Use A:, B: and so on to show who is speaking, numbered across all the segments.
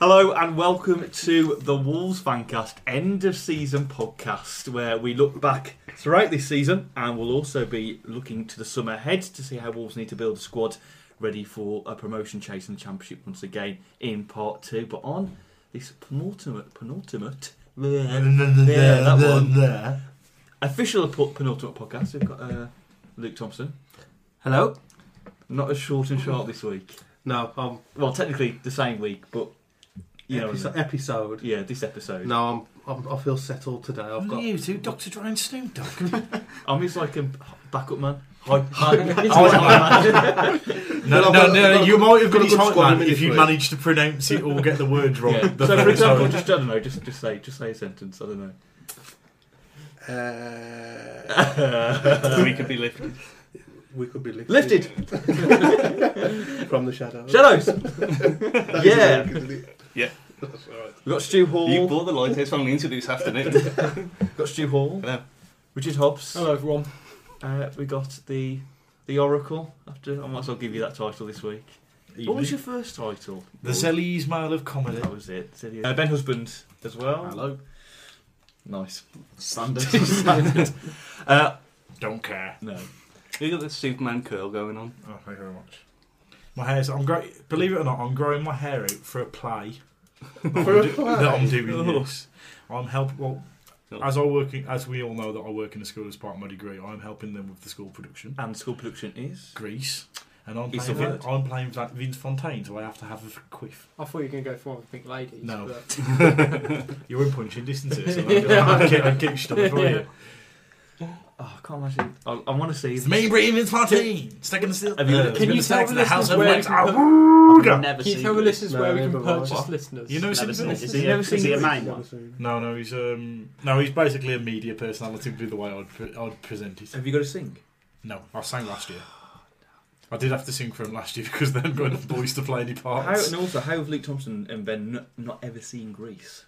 A: Hello and welcome to the Wolves Fancast end of season podcast, where we look back throughout this season and we'll also be looking to the summer ahead to see how Wolves need to build a squad ready for a promotion chase and championship once again in part two. But on this penultimate, penultimate, yeah, that one, official pu- penultimate podcast, we've got uh, Luke Thompson.
B: Hello?
A: Not as short and sharp this week.
B: No, I'm
A: Well, technically the same week, but you know,
B: episo- episode.
A: yeah, this episode.
B: No, I'm, I'm I feel settled today. I've got
C: You two, Dr. Dry and Snoop Dogg.
A: I'm his like a backup man. Hi, hi, hi, man.
C: No, no,
B: I've got-
C: no,
B: I've got-
C: you might have got
B: got a
C: his
B: good
C: hype
B: squad in
C: man
B: this
C: if you
B: week.
C: managed to pronounce it or get the words wrong.
A: Yeah.
C: The
A: So, for
C: first
A: example,
C: time.
A: just I don't know, just just say just say a sentence. I don't know.
B: Uh,
D: we could be lifted.
B: we could be lifted,
A: Lifted
B: from the shadows.
A: shadows.
B: That is
A: yeah.
B: a link, isn't it?
D: Yeah.
B: That's all right.
A: We've got Stu Hall.
D: You bought the lighthouse on the interview this afternoon.
A: We've got Stu Hall.
D: Hello.
A: Richard Hobbs.
C: Hello, everyone.
A: Uh, we got the the Oracle. After I might as well give you that title this week. What was your first title?
C: The Zelly's Mile of Comedy.
A: That was it. Uh, ben Husband as well.
B: Hello.
A: Nice. Standard. Standard. Uh,
C: Don't care.
A: no.
D: You got the Superman curl going on.
C: Oh, thank you very much. My hair's. I'm growing. Believe it or not, I'm growing my hair out for a play.
B: For a
C: That I'm doing
A: Oh.
C: this. I'm helping. Well, as I work, in, as we all know that I work in a school as part of my degree, I'm helping them with the school production,
A: And school production is.
C: Greece, and I'm
A: It's a
C: playing.
A: word.
C: Vin- I'm playing Va- Vince Fontaine, so I have to have a quiff.
E: I thought you were going to go for one with Pink Ladies.
C: No.
E: but-
C: You're in punching distance here, so I get, I get stuff for you.
A: Oh, I can't imagine. I, I want to see.
C: It's me, Brian Vince Fontaine, sticking the steel.
A: Have you-
C: uh,
E: Can you
C: stick
E: tell
C: to
E: the
C: the house
E: listeners
C: of
E: where
C: wax.
E: you can,
C: Ah,
E: pur-
C: woo-ga.
D: Never
E: can you
D: seen
E: tell the
D: Greece.
E: listeners
B: No,
E: where we
B: never
E: can
B: mind.
E: purchase
A: What?
E: listeners?
C: You know
D: Never
C: Simpson?
D: seen it. Is
A: You've
D: he
A: never
D: a-
A: seen
D: is he a
A: Greece?
D: main
B: Never
D: one?
B: seen it.
C: No, no, he's um, no, he's basically a media personality. Would be the way I'd pre- I'd present it.
A: Have you got to sing?
C: No, I sang last year. I did have to sing for him last year because they hadn't got enough boys to play any
A: How,
C: parts.
A: and also, how have Luke Thompson and Ben not, not ever seen Greece?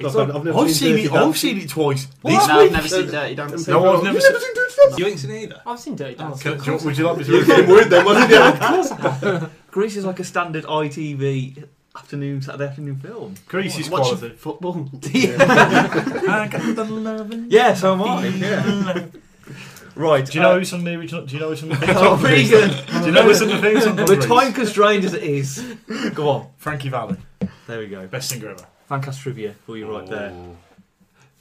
B: Look,
A: It's like-
B: I've, I've never
C: I've seen
B: Dirty
C: it. I've
B: Dancing.
C: seen it twice.
D: No,
C: This
D: I've
C: week.
D: never seen Dirty Dancing.
C: No, I've never seen.
D: You ain't seen it either.
E: I've seen Dirty Dancing.
C: Can- do you- Would you like me to?
B: You were
C: repeat?
B: getting worried then, wasn't you?
A: Greece is like a standard ITV afternoon, Saturday afternoon film.
C: Greece is
B: Watching
C: quality.
B: football.
C: I got the love and
A: Yeah, so am I. Right.
C: Do you know
A: uh,
C: who's on the original? Do you know who's on the?
A: Oh, vegan.
C: Do you know who's on the things on
A: We're time constrained as it is. Go on.
C: Frankie Valley,
A: There we go.
C: best singer ever.
A: Fancast trivia for you right there.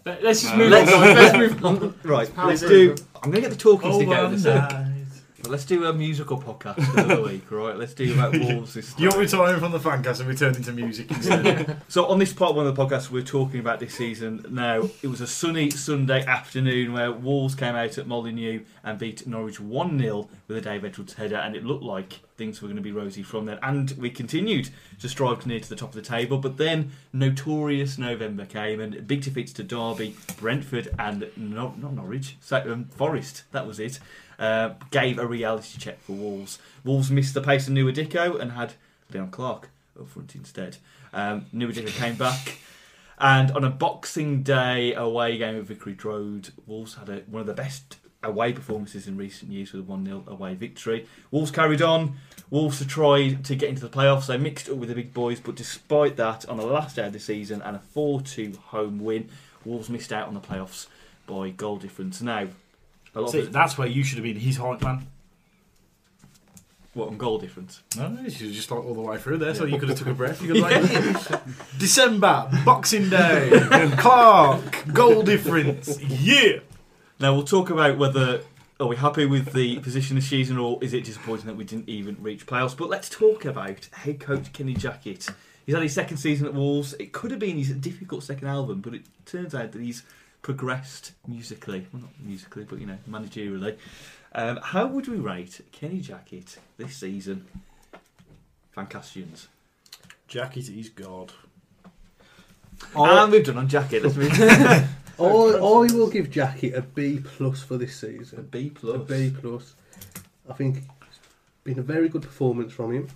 E: Let- Let's just
D: No.
E: move
A: Let's-
E: on. Let's move on.
A: Right.
E: Power
A: Let's do.
E: move.
A: I'm going to get the talking stick out of
C: Over
A: this. But
C: night.
A: let's do a musical podcast for the week, right? Let's do about Wolves this time.
C: You're retiring from the fancast and returning to music instead.
A: So on this part one of the podcast we're talking about this season now, it was a sunny Sunday afternoon where Wolves came out at Molineux and beat Norwich 1-0 with a Dave Edwards header and it looked like things were going to be rosy from then and we continued to strive near to the top of the table but then notorious November came and big defeats to Derby, Brentford and no, not Norwich, so, um, Forest, that was it, uh, gave a reality check for Wolves. Wolves missed the pace of Nuadico and had Leon Clark up front instead. Um, Nuadica came back And on a Boxing Day away game at Vicarage Road, Wolves had a, one of the best away performances in recent years with a 1 0 away victory. Wolves carried on. Wolves have tried to get into the playoffs. They mixed it up with the big boys, but despite that, on the last day of the season and a 4 2 home win, Wolves missed out on the playoffs by goal difference. Now, a lot
C: See,
A: of it,
C: that's where you should have been his hype man.
A: what on goal difference?
C: No, you should have just like all the way through there, so you could have took a breath. You could have like December, Boxing Day, Clark, goal difference, yeah.
A: Now we'll talk about whether are we happy with the position this season or is it disappointing that we didn't even reach playoffs. But let's talk about head coach Kenny Jackett. He's had his second season at Wolves. It could have been his difficult second album, but it turns out that he's progressed musically. Well, not musically, but you know, managerially. Um, how would we rate Kenny Jackett this season? Fancastians.
C: Jacket is God.
A: And we've done on Jackett. Let's move
F: I, I will give Jackie a B plus for this season.
A: to B plus.
F: A B plus. I think it's been a very good performance from him,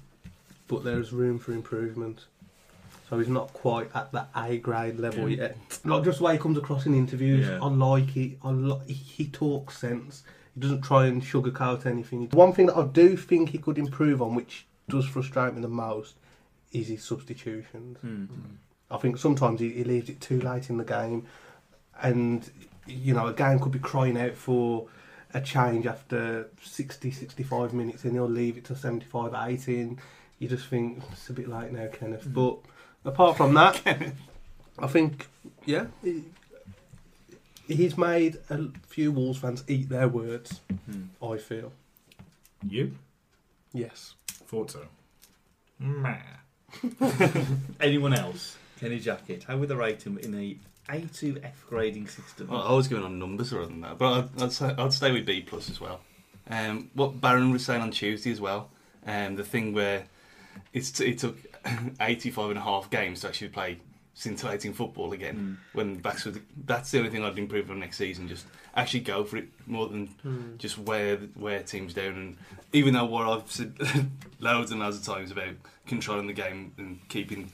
F: but there is room for improvement. So he's not quite at that A grade level
A: Yeah.
F: yet. Not just the way he comes across in interviews.
A: Yeah.
F: I like it. I li- he, he talks sense. He doesn't try and sugarcoat anything. One thing that I do think he could improve on, which does frustrate me the most, is his substitutions.
A: Hmm.
F: I think sometimes he, he leaves it too late in the game, and you know a game could be crying out for a change after 60, 65 minutes, and he'll leave it till 75, 80, and you just think it's a bit late now, Kenneth. But apart from that, I think yeah, he, he's made a few Wolves fans eat their words.
A: Hmm.
F: I feel
C: You
F: yes.
C: thought so? Meh.
A: Anyone else? Kenny Jacket. How would they rate him in the A to F grading system?
D: Well, I was going on numbers rather than that, but I'd, I'd, say, I'd stay with B plus as well. Um, what Baron was saying on Tuesday as well, um, the thing where it's t- it took 85 and a half games to actually play scintillating football again. When backs was, that's the only thing I'd improve on next season. Just actually go for it more than just wear wear teams down. And even though what I've said loads and loads of times about controlling the game and keeping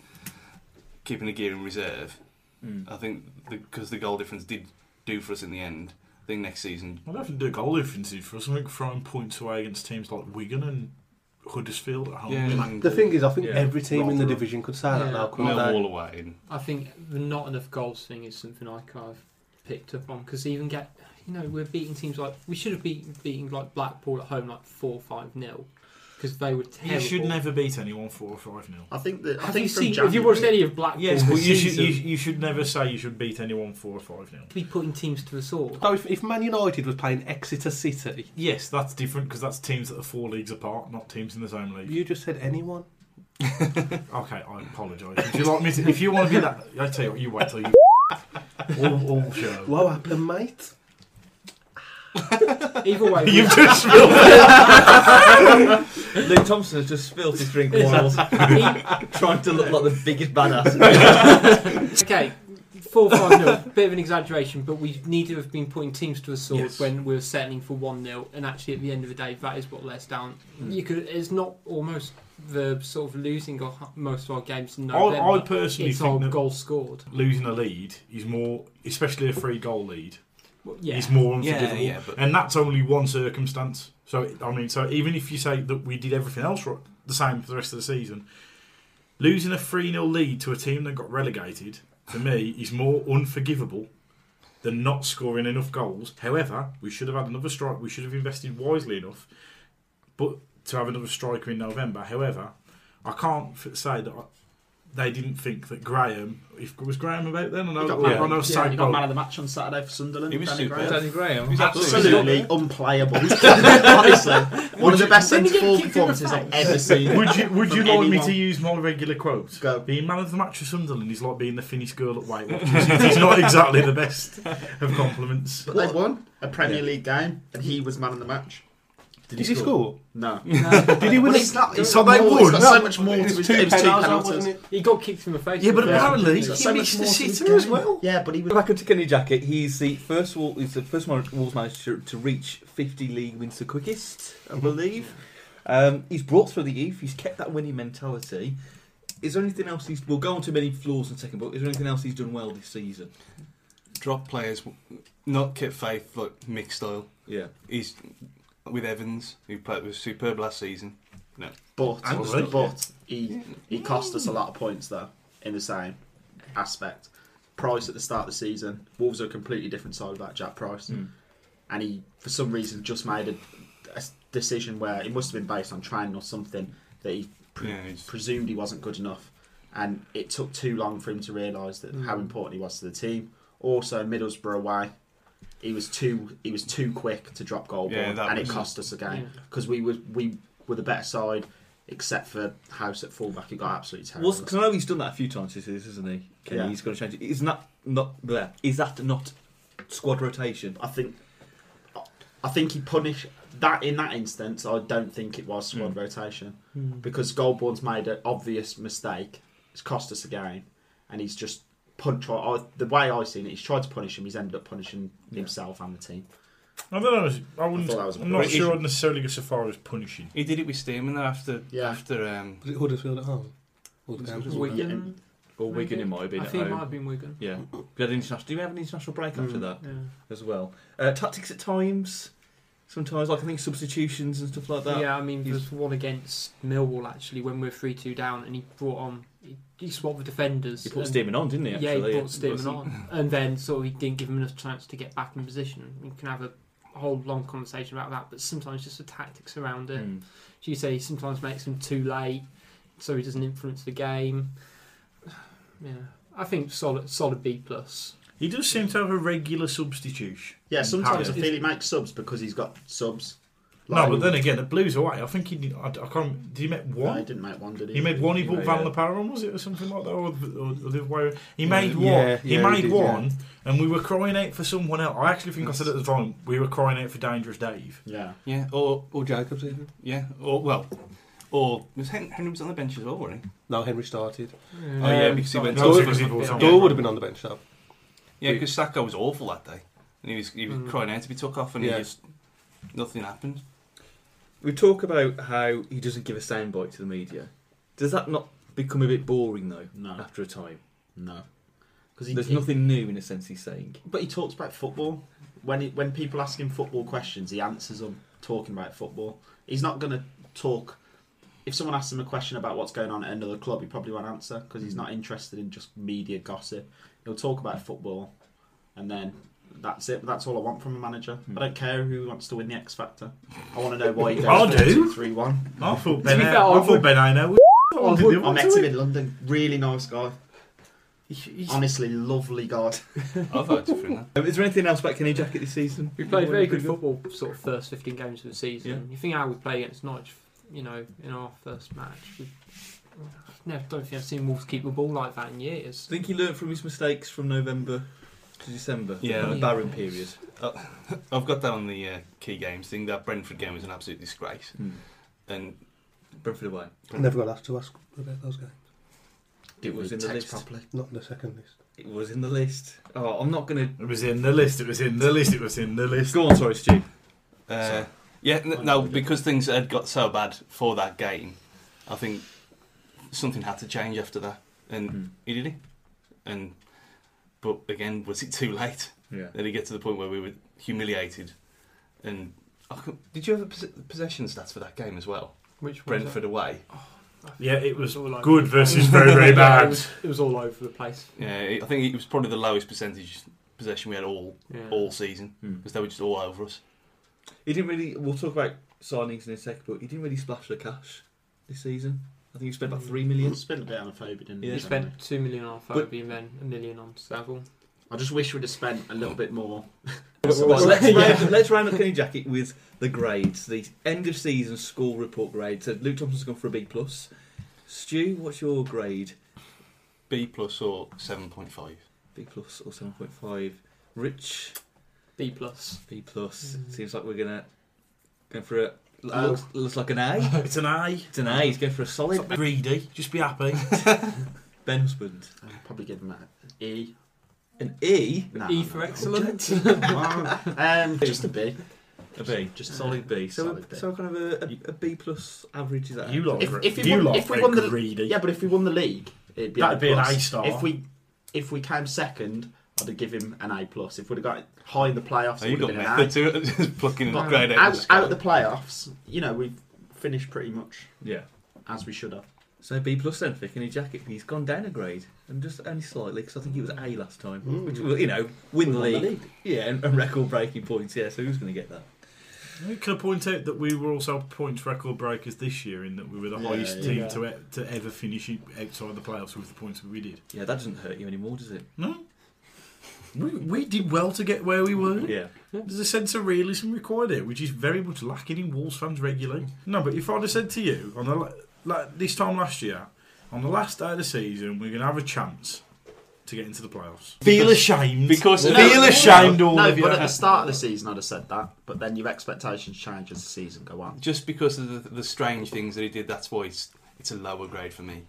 D: keeping the gear in reserve,
A: Mm.
D: I think because the goal difference did do for us in the end. I think next season.
C: I'd have to do goal differences for us. I think throwing points away against teams like Wigan and Huddersfield at home.
D: Yeah,
F: The thing is, I think
A: Yeah.
F: every team in the
C: Rotherham.
F: division could say that
E: Yeah.
F: now, couldn't they?
D: Millwall away. And,
E: I think the not enough goals thing is something I kind of picked up on because even get you know we're beating teams like we should have beaten beating like Blackpool at home like four five nil because they were terrible.
C: You should never beat anyone four or five nil.
B: I think that. I
E: Have
B: think
E: you
B: from
E: seen?
B: January,
E: Have you watched any of Blackpool?
C: Yes, but
E: this
C: you should you,
E: season?
C: you should never say you should beat anyone four or five nil.
E: be putting teams to the sword.
F: So if, if Man United was playing Exeter City,
C: Yes, that's different because that's teams that are four leagues apart, not teams in the same league.
F: you just said anyone.
C: Okay, I apologise. If you like me to, if you want to be that, I tell you what, you wait till you. all, all show.
F: What happened, mate?
E: Either way, we-
C: You've just
A: Luke Thompson has just spilled his drink while trying to look like the biggest badass.
E: okay, four five nil. Bit of an exaggeration, but we need to have been putting teams to the sword
C: Yes.
E: when we were settling for one 0 And actually, at the end of the day, that is what let us down.
C: Mm.
E: You could. It's not almost the sort of losing of most of our games in November.
C: I, I personally
E: it's our
C: think that
E: goal scored.
C: losing a lead is more, especially a free goal lead,
E: Well, yeah.
C: is more
D: yeah,
C: unforgivable.
D: yeah, but
C: And that's only one circumstance. So I mean, so even if you say that we did everything else ro- the same for the rest of the season, losing a three 0 lead to a team that got relegated for me is more unforgivable than not scoring enough goals. However, we should have had another strike. We should have invested wisely enough, but to have another striker in November. However, I can't f- say that. I, they didn't think that Graham. If was Graham about then, I
B: He
C: know.
B: got, man,
C: I know.
B: yeah, he
C: Sag-
B: got man of the match on Saturday for Sunderland.
D: He was
B: Danny
D: super.
B: Graham.
A: Danny Graham.
D: He's
B: Absolutely unplayable. Honestly, one of the best
E: Didn't he get kicked in
B: centre-forward
E: the
B: performances I've
E: face?
B: ever seen.
C: Would you would
B: From
C: you like me
B: anyone.
C: to use my regular quote?
B: Go.
C: Being man of the match for Sunderland is like being the Finnish girl at White Watches. It's not exactly the best of compliments.
B: But they won a Premier League game, and he was man of the match.
F: Did, he score?
B: No,
F: Did he win?
B: Well,
F: it?
B: it's not. It's
C: So
B: so
C: they
B: they more,
C: won.
B: it's got so much more. to it. It was two penalties.
E: He got kicked in the face.
C: Yeah, but
E: for the first
C: apparently
E: one.
B: It's got
C: he
B: so much
C: missed the
B: more to his
C: sitter as
B: game.
C: well.
B: Yeah, but he was.
A: Back up to Kenny Jacket. He's the first wall. He's the first Wol- Wolves manager to, to reach 50 league wins the quickest, I believe. Um, he's brought through the youth. He's kept that winning mentality. Is there anything else he's? We'll go on to many flaws in a second, but is there anything else he's done well this season?
D: Drop players, not Kit Faith, like Mick style.
A: Yeah,
D: He's with Evans, who played, was superb last season.
B: But
C: Understood.
B: but he he cost us a lot of points though in the same aspect. Price at the start of the season, Wolves are a completely different side without Jack Price, and he for some reason just made a, a s- decision where it must have been based on training or something that he pre-
D: Yeah, he's-
B: presumed he wasn't good enough, and it took too long for him to realise that how
D: Hmm.
B: important he was to the team. Also, Middlesbrough away. He was too he was too quick to drop goal,
D: Yeah, that
B: and it
D: was-
B: cost us a game because we were we were the better side, except for House at fullback, who got absolutely terrible.
A: was because I know he's done that a few times this season, isn't he? Kenny,
B: Yeah.
A: he's going to change it. Is that not bleh, Is that not squad rotation?
B: I think I think he punished that in that instance. I don't think it was
C: Hmm.
B: squad rotation because Goldborn's made an obvious mistake. It's cost us a game, and he's just punch. I, the way I've seen it, he's tried to punish him. He's ended up punishing himself and the team.
C: I don't know. I wouldn't.
B: I thought that was a
C: I'm not
D: bit-
C: sure I'd necessarily go so far as punishing.
D: He did it with Stearman though after
B: Yeah.
D: after um,
F: Was it Huddersfield at home? Or the game?
E: Wigan.
A: Or
E: maybe.
A: Wigan, it might have been
E: I
A: at
E: think it
A: home.
E: might have been Wigan.
A: Yeah, we had an international. Do we have an international break after that
E: Mm. Yeah.
A: as well? Uh, tactics at times, sometimes like I think substitutions and stuff like that.
E: yeah, I mean,
A: he's-
E: there's one against Millwall actually when we we're three two down, and he brought on he, he swapped the defenders.
A: He put
E: and-
A: Stearman on, didn't he?
E: Yeah, he
A: Actually,
E: brought Stearman on, and then sort of he didn't give him enough chance to get back in position. You can have a whole long conversation about that, but sometimes just the tactics around it.
A: Mm.
E: As you say, he sometimes makes him too late, so he doesn't influence the game. Yeah, I think solid, solid B plus.
C: He does seem to have a regular substitution.
B: Yeah,
C: in
B: sometimes I
C: Paris.
B: feel he makes subs because he's got subs.
C: No, but then again, the Blues away. I think he. Did, I, I can't. Did he make
B: No, he
C: one?
B: didn't make one, did he?
C: He made one. He
A: He
C: bought
A: made,
C: Van
A: yeah.
C: Laparan, was it, or something like that, or, the- or the other way. He made one.
F: yeah,
C: he
F: yeah, he
C: made
F: did,
C: one, and we were crying out for someone else. I actually think I said at the time we were crying out for Dangerous Dave.
B: Yeah.
D: yeah or
F: Or Jacobs even?
D: yeah or well or was Hen- Henry was on the bench as well, wasn't he?
F: No, Henry started.
D: Oh yeah,
F: Um,
D: because he went.
C: no,
D: to-
C: it was-
F: Doyle
C: Yeah.
F: would have been on the bench though.
D: yeah, because Sacco was awful that day, and he was he was
E: Mm.
D: crying out to be took off, and
F: Yeah.
D: he just nothing happened.
A: We talk about how he doesn't give a soundbite to the media. Does that not become a bit boring though?
B: No.
A: After a time,
B: No. Because
A: there's nothing new in a sense he's saying.
B: But he talks about football. When he, when people ask him football questions, he answers them talking about football. He's not going to talk. If someone asks him a question about what's going on at another club, he probably won't answer because
C: Mm.
B: he's not interested in just media gossip. He'll talk about football, and then that's it. That's all I want from a manager.
C: Mm.
B: I don't care who wants to win the X Factor. I want to know why he goes
C: I'll
B: four,
C: do.
B: two, three, one.
C: I thought
E: To
C: Ben.
E: be fair,
C: I,
E: I
C: thought
E: would-
C: Ben. I know.
A: Oh,
B: I met him in London. Really nice guy. Honestly, lovely guy.
D: I voted for him. That.
A: Um, Is there anything else about Kenny Jackett this season?
E: We played
A: What
E: very
A: have we
E: good
A: got?
E: football, sort of first 15 games of the season. You think how we played against Norwich, you know, in our first match. We, I never, don't think I've seen Wolves keep the ball like that in years.
A: I think he learnt from his mistakes from November to December.
D: Yeah.
A: and a barren period.
D: I've got that on the uh, key games thing. That Brentford game was an absolute disgrace,
E: Hmm.
A: Mm.
D: and
A: Brentford away.
F: I never got asked to ask about those games.
A: It was in the
B: Text
A: list.
B: properly.
F: Not in the second list.
A: It was in the list. Oh, I'm not going
C: It was in the list. It was in the list. It was in the
A: to
C: list.
A: go on. Sorry, Stu.
D: Uh, yeah, n- no, because things had got so bad for that game, I think something had to change after that, and
E: Hmm.
A: Mm.
D: he did it. And but again, was it too late?
A: Yeah.
D: Did he get to the point where we were humiliated? And I cou- did you have the pos- possession stats for that game as well?
E: Which one was
D: Brentford away.
E: that?
C: Yeah, it was
E: all over
C: good
E: the-
C: versus very, very
E: Yeah,
C: bad.
E: It was, it was all over the place.
D: Yeah, it- I think it was probably the lowest percentage possession we had all
E: Yeah. Hmm.
D: all season
A: Mm.
D: because they were just all over us.
A: He didn't really. We'll talk about signings in a second, but he didn't really splash the cash this season. I think he spent about three million.
B: He spent a bit on a phobia, didn't
A: Yeah.
E: We
B: he?
E: spent two million on
A: But-
E: Phobie and then a million on Savile.
B: I just wish we'd have spent a little bit more.
A: Right, let's,
E: Yeah.
A: round, let's round up Kenny Jacket with the grades, the end of season school report grade. So Luke Thompson's gone for a B plus. Stu, what's your grade?
D: B plus or seven point five.
A: B plus or seven point five? Rich
E: B plus.
A: B plus.
E: Mm.
A: Seems like we're gonna go for a
B: Oh.
A: looks, looks like an A.
C: It's an I.
A: It's an A. He's going for a solid.
C: Stop greedy. Just be happy.
A: Ben Husband.
B: I'd probably give him an E.
A: An E.
B: Nah,
E: E
B: nah,
E: for
B: nah.
E: excellent.
B: Come on. um, just a B.
A: A B,
B: Just
A: just
B: a-
A: solid B. So,
B: solid
A: a,
B: B.
A: so kind of a, a, a B plus average is that?
C: You lot,
B: If-
C: are-
B: if we
C: you
B: won-
C: lot
B: if we
C: are
B: won the-
C: greedy.
B: Yeah, but if we won the league, it'd be
C: That'd be an
B: plus.
C: A star.
B: If we if we came second, I'd have give him an A plus. If we'd have got high in the playoffs,
D: So
B: it
D: you
B: would have
D: got
B: been an A.
D: method to it, just plucking and
B: But
D: grade out.
B: out,
D: of the
B: out of the
D: sky.
B: playoffs, you know, we finished pretty much
A: Yeah.
B: as we should have.
A: So B plus then for Kenny Jacket, he's gone down a grade and just only slightly because I think he was A last time, which will you know Mm. win the
B: We won the
A: league, yeah, and, and record breaking points. Yeah, so who's going to get that?
C: Can I point out that we were also points record breakers this year in that we were the
B: Yeah,
C: highest
B: yeah.
C: team
E: Yeah.
C: to, e- to ever finish it outside the playoffs with the points that we did.
A: Yeah, that doesn't hurt you anymore, does it?
C: No. We, we did well to get where we were.
A: Yeah,
C: There's a sense of realism required here, which is very much lacking in Wolves fans regularly. No, but if I'd have said to you on the la- like this time last year, on the last day of the season, we're gonna have a chance to get into the playoffs. Feel ashamed.
D: Because of
C: feel
D: the-
C: ashamed, all
B: no,
C: of you.
B: but uh, at the start of the season, I'd have said that. But then your expectations change as the season go on.
D: just because of the, the strange things that he did, that's why it's it's a lower grade for me.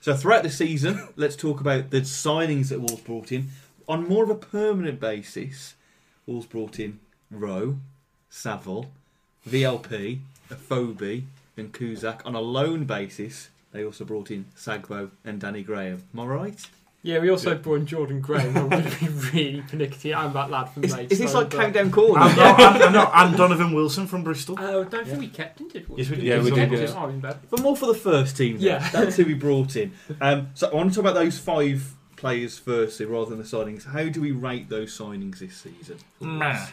A: So throughout the season, let's talk about the signings that Wolves brought in. On more of a permanent basis, Wolves brought in Rowe, Saville, VLP, Afobi, and Kuzak. On a loan basis, they also brought in Sagbo and Danny Graham. Am I right?
E: Yeah, we also brought in Jordan Graham. I'm going to be really pernickety. I'm that lad from
A: Is,
E: Maidstone.
A: is this like
E: but-
A: countdown corner?
C: and, and, and, and Donovan Wilson from Bristol.
E: Oh, I don't think we kept him, did we?
C: Yes, we did.
A: Yeah, we did,
E: kept
A: yeah.
E: him. I'm in bed.
A: but more for the first team. Then.
E: Yeah.
A: that's who we brought in. Um, so I want to talk about those five players firstly, rather than the signings. How do we rate those signings this season?
C: Nah.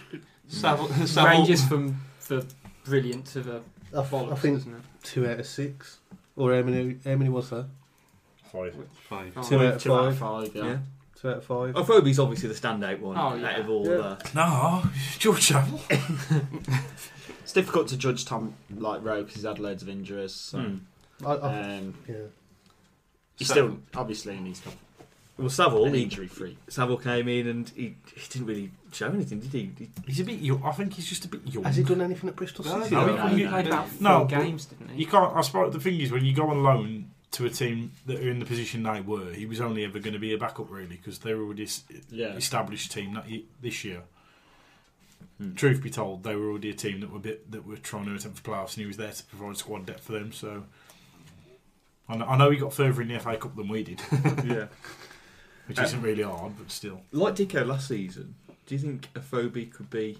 D: Savile, Savile,
E: Ranges from the brilliant to the
F: I, f- I
E: bollocks,
F: think
E: isn't it?
F: two out of six, or how many? How many was there?
C: Five.
D: Five.
E: Oh,
F: Two out of
B: Two out
F: five.
B: of five, yeah.
A: Yeah. Oh.
F: Two out of five.
A: Afobi's obviously the standout one
E: Oh, yeah.
A: out of all
F: Yeah.
A: that.
C: No, George Savile.
B: It's difficult to judge Tom like Rowe because he's had loads of injuries. So.
A: Hmm.
F: I, I,
B: Um,
F: yeah.
B: he's
D: So-
B: still obviously and he's got
A: Well, Savile,
B: an
A: he,
B: injury free.
A: Savile came in and he, he didn't really show anything, did he? He-
C: He's a bit. Young. I think he's just a bit young.
F: Has he done anything at Bristol
D: No,
F: City?
D: no,
F: though?
D: he-
E: he played about four
C: No, but-
E: games, didn't
C: You
E: he?
C: can't. I suppose the thing is, when you go on loan to a team that are in the position they were, he was only ever going to be a backup really because they were already s-
B: Yeah.
C: established team that ye- this year.
A: Hmm.
C: Truth be told, they were already a team that were bit, that were trying to attempt for playoffs, and he was there to provide squad depth for them. So, I know, I know he got further in the FA Cup than we did,
A: yeah.
C: which
A: Um,
C: isn't really hard, but still.
A: Like Dico last season, do you think Afobi could be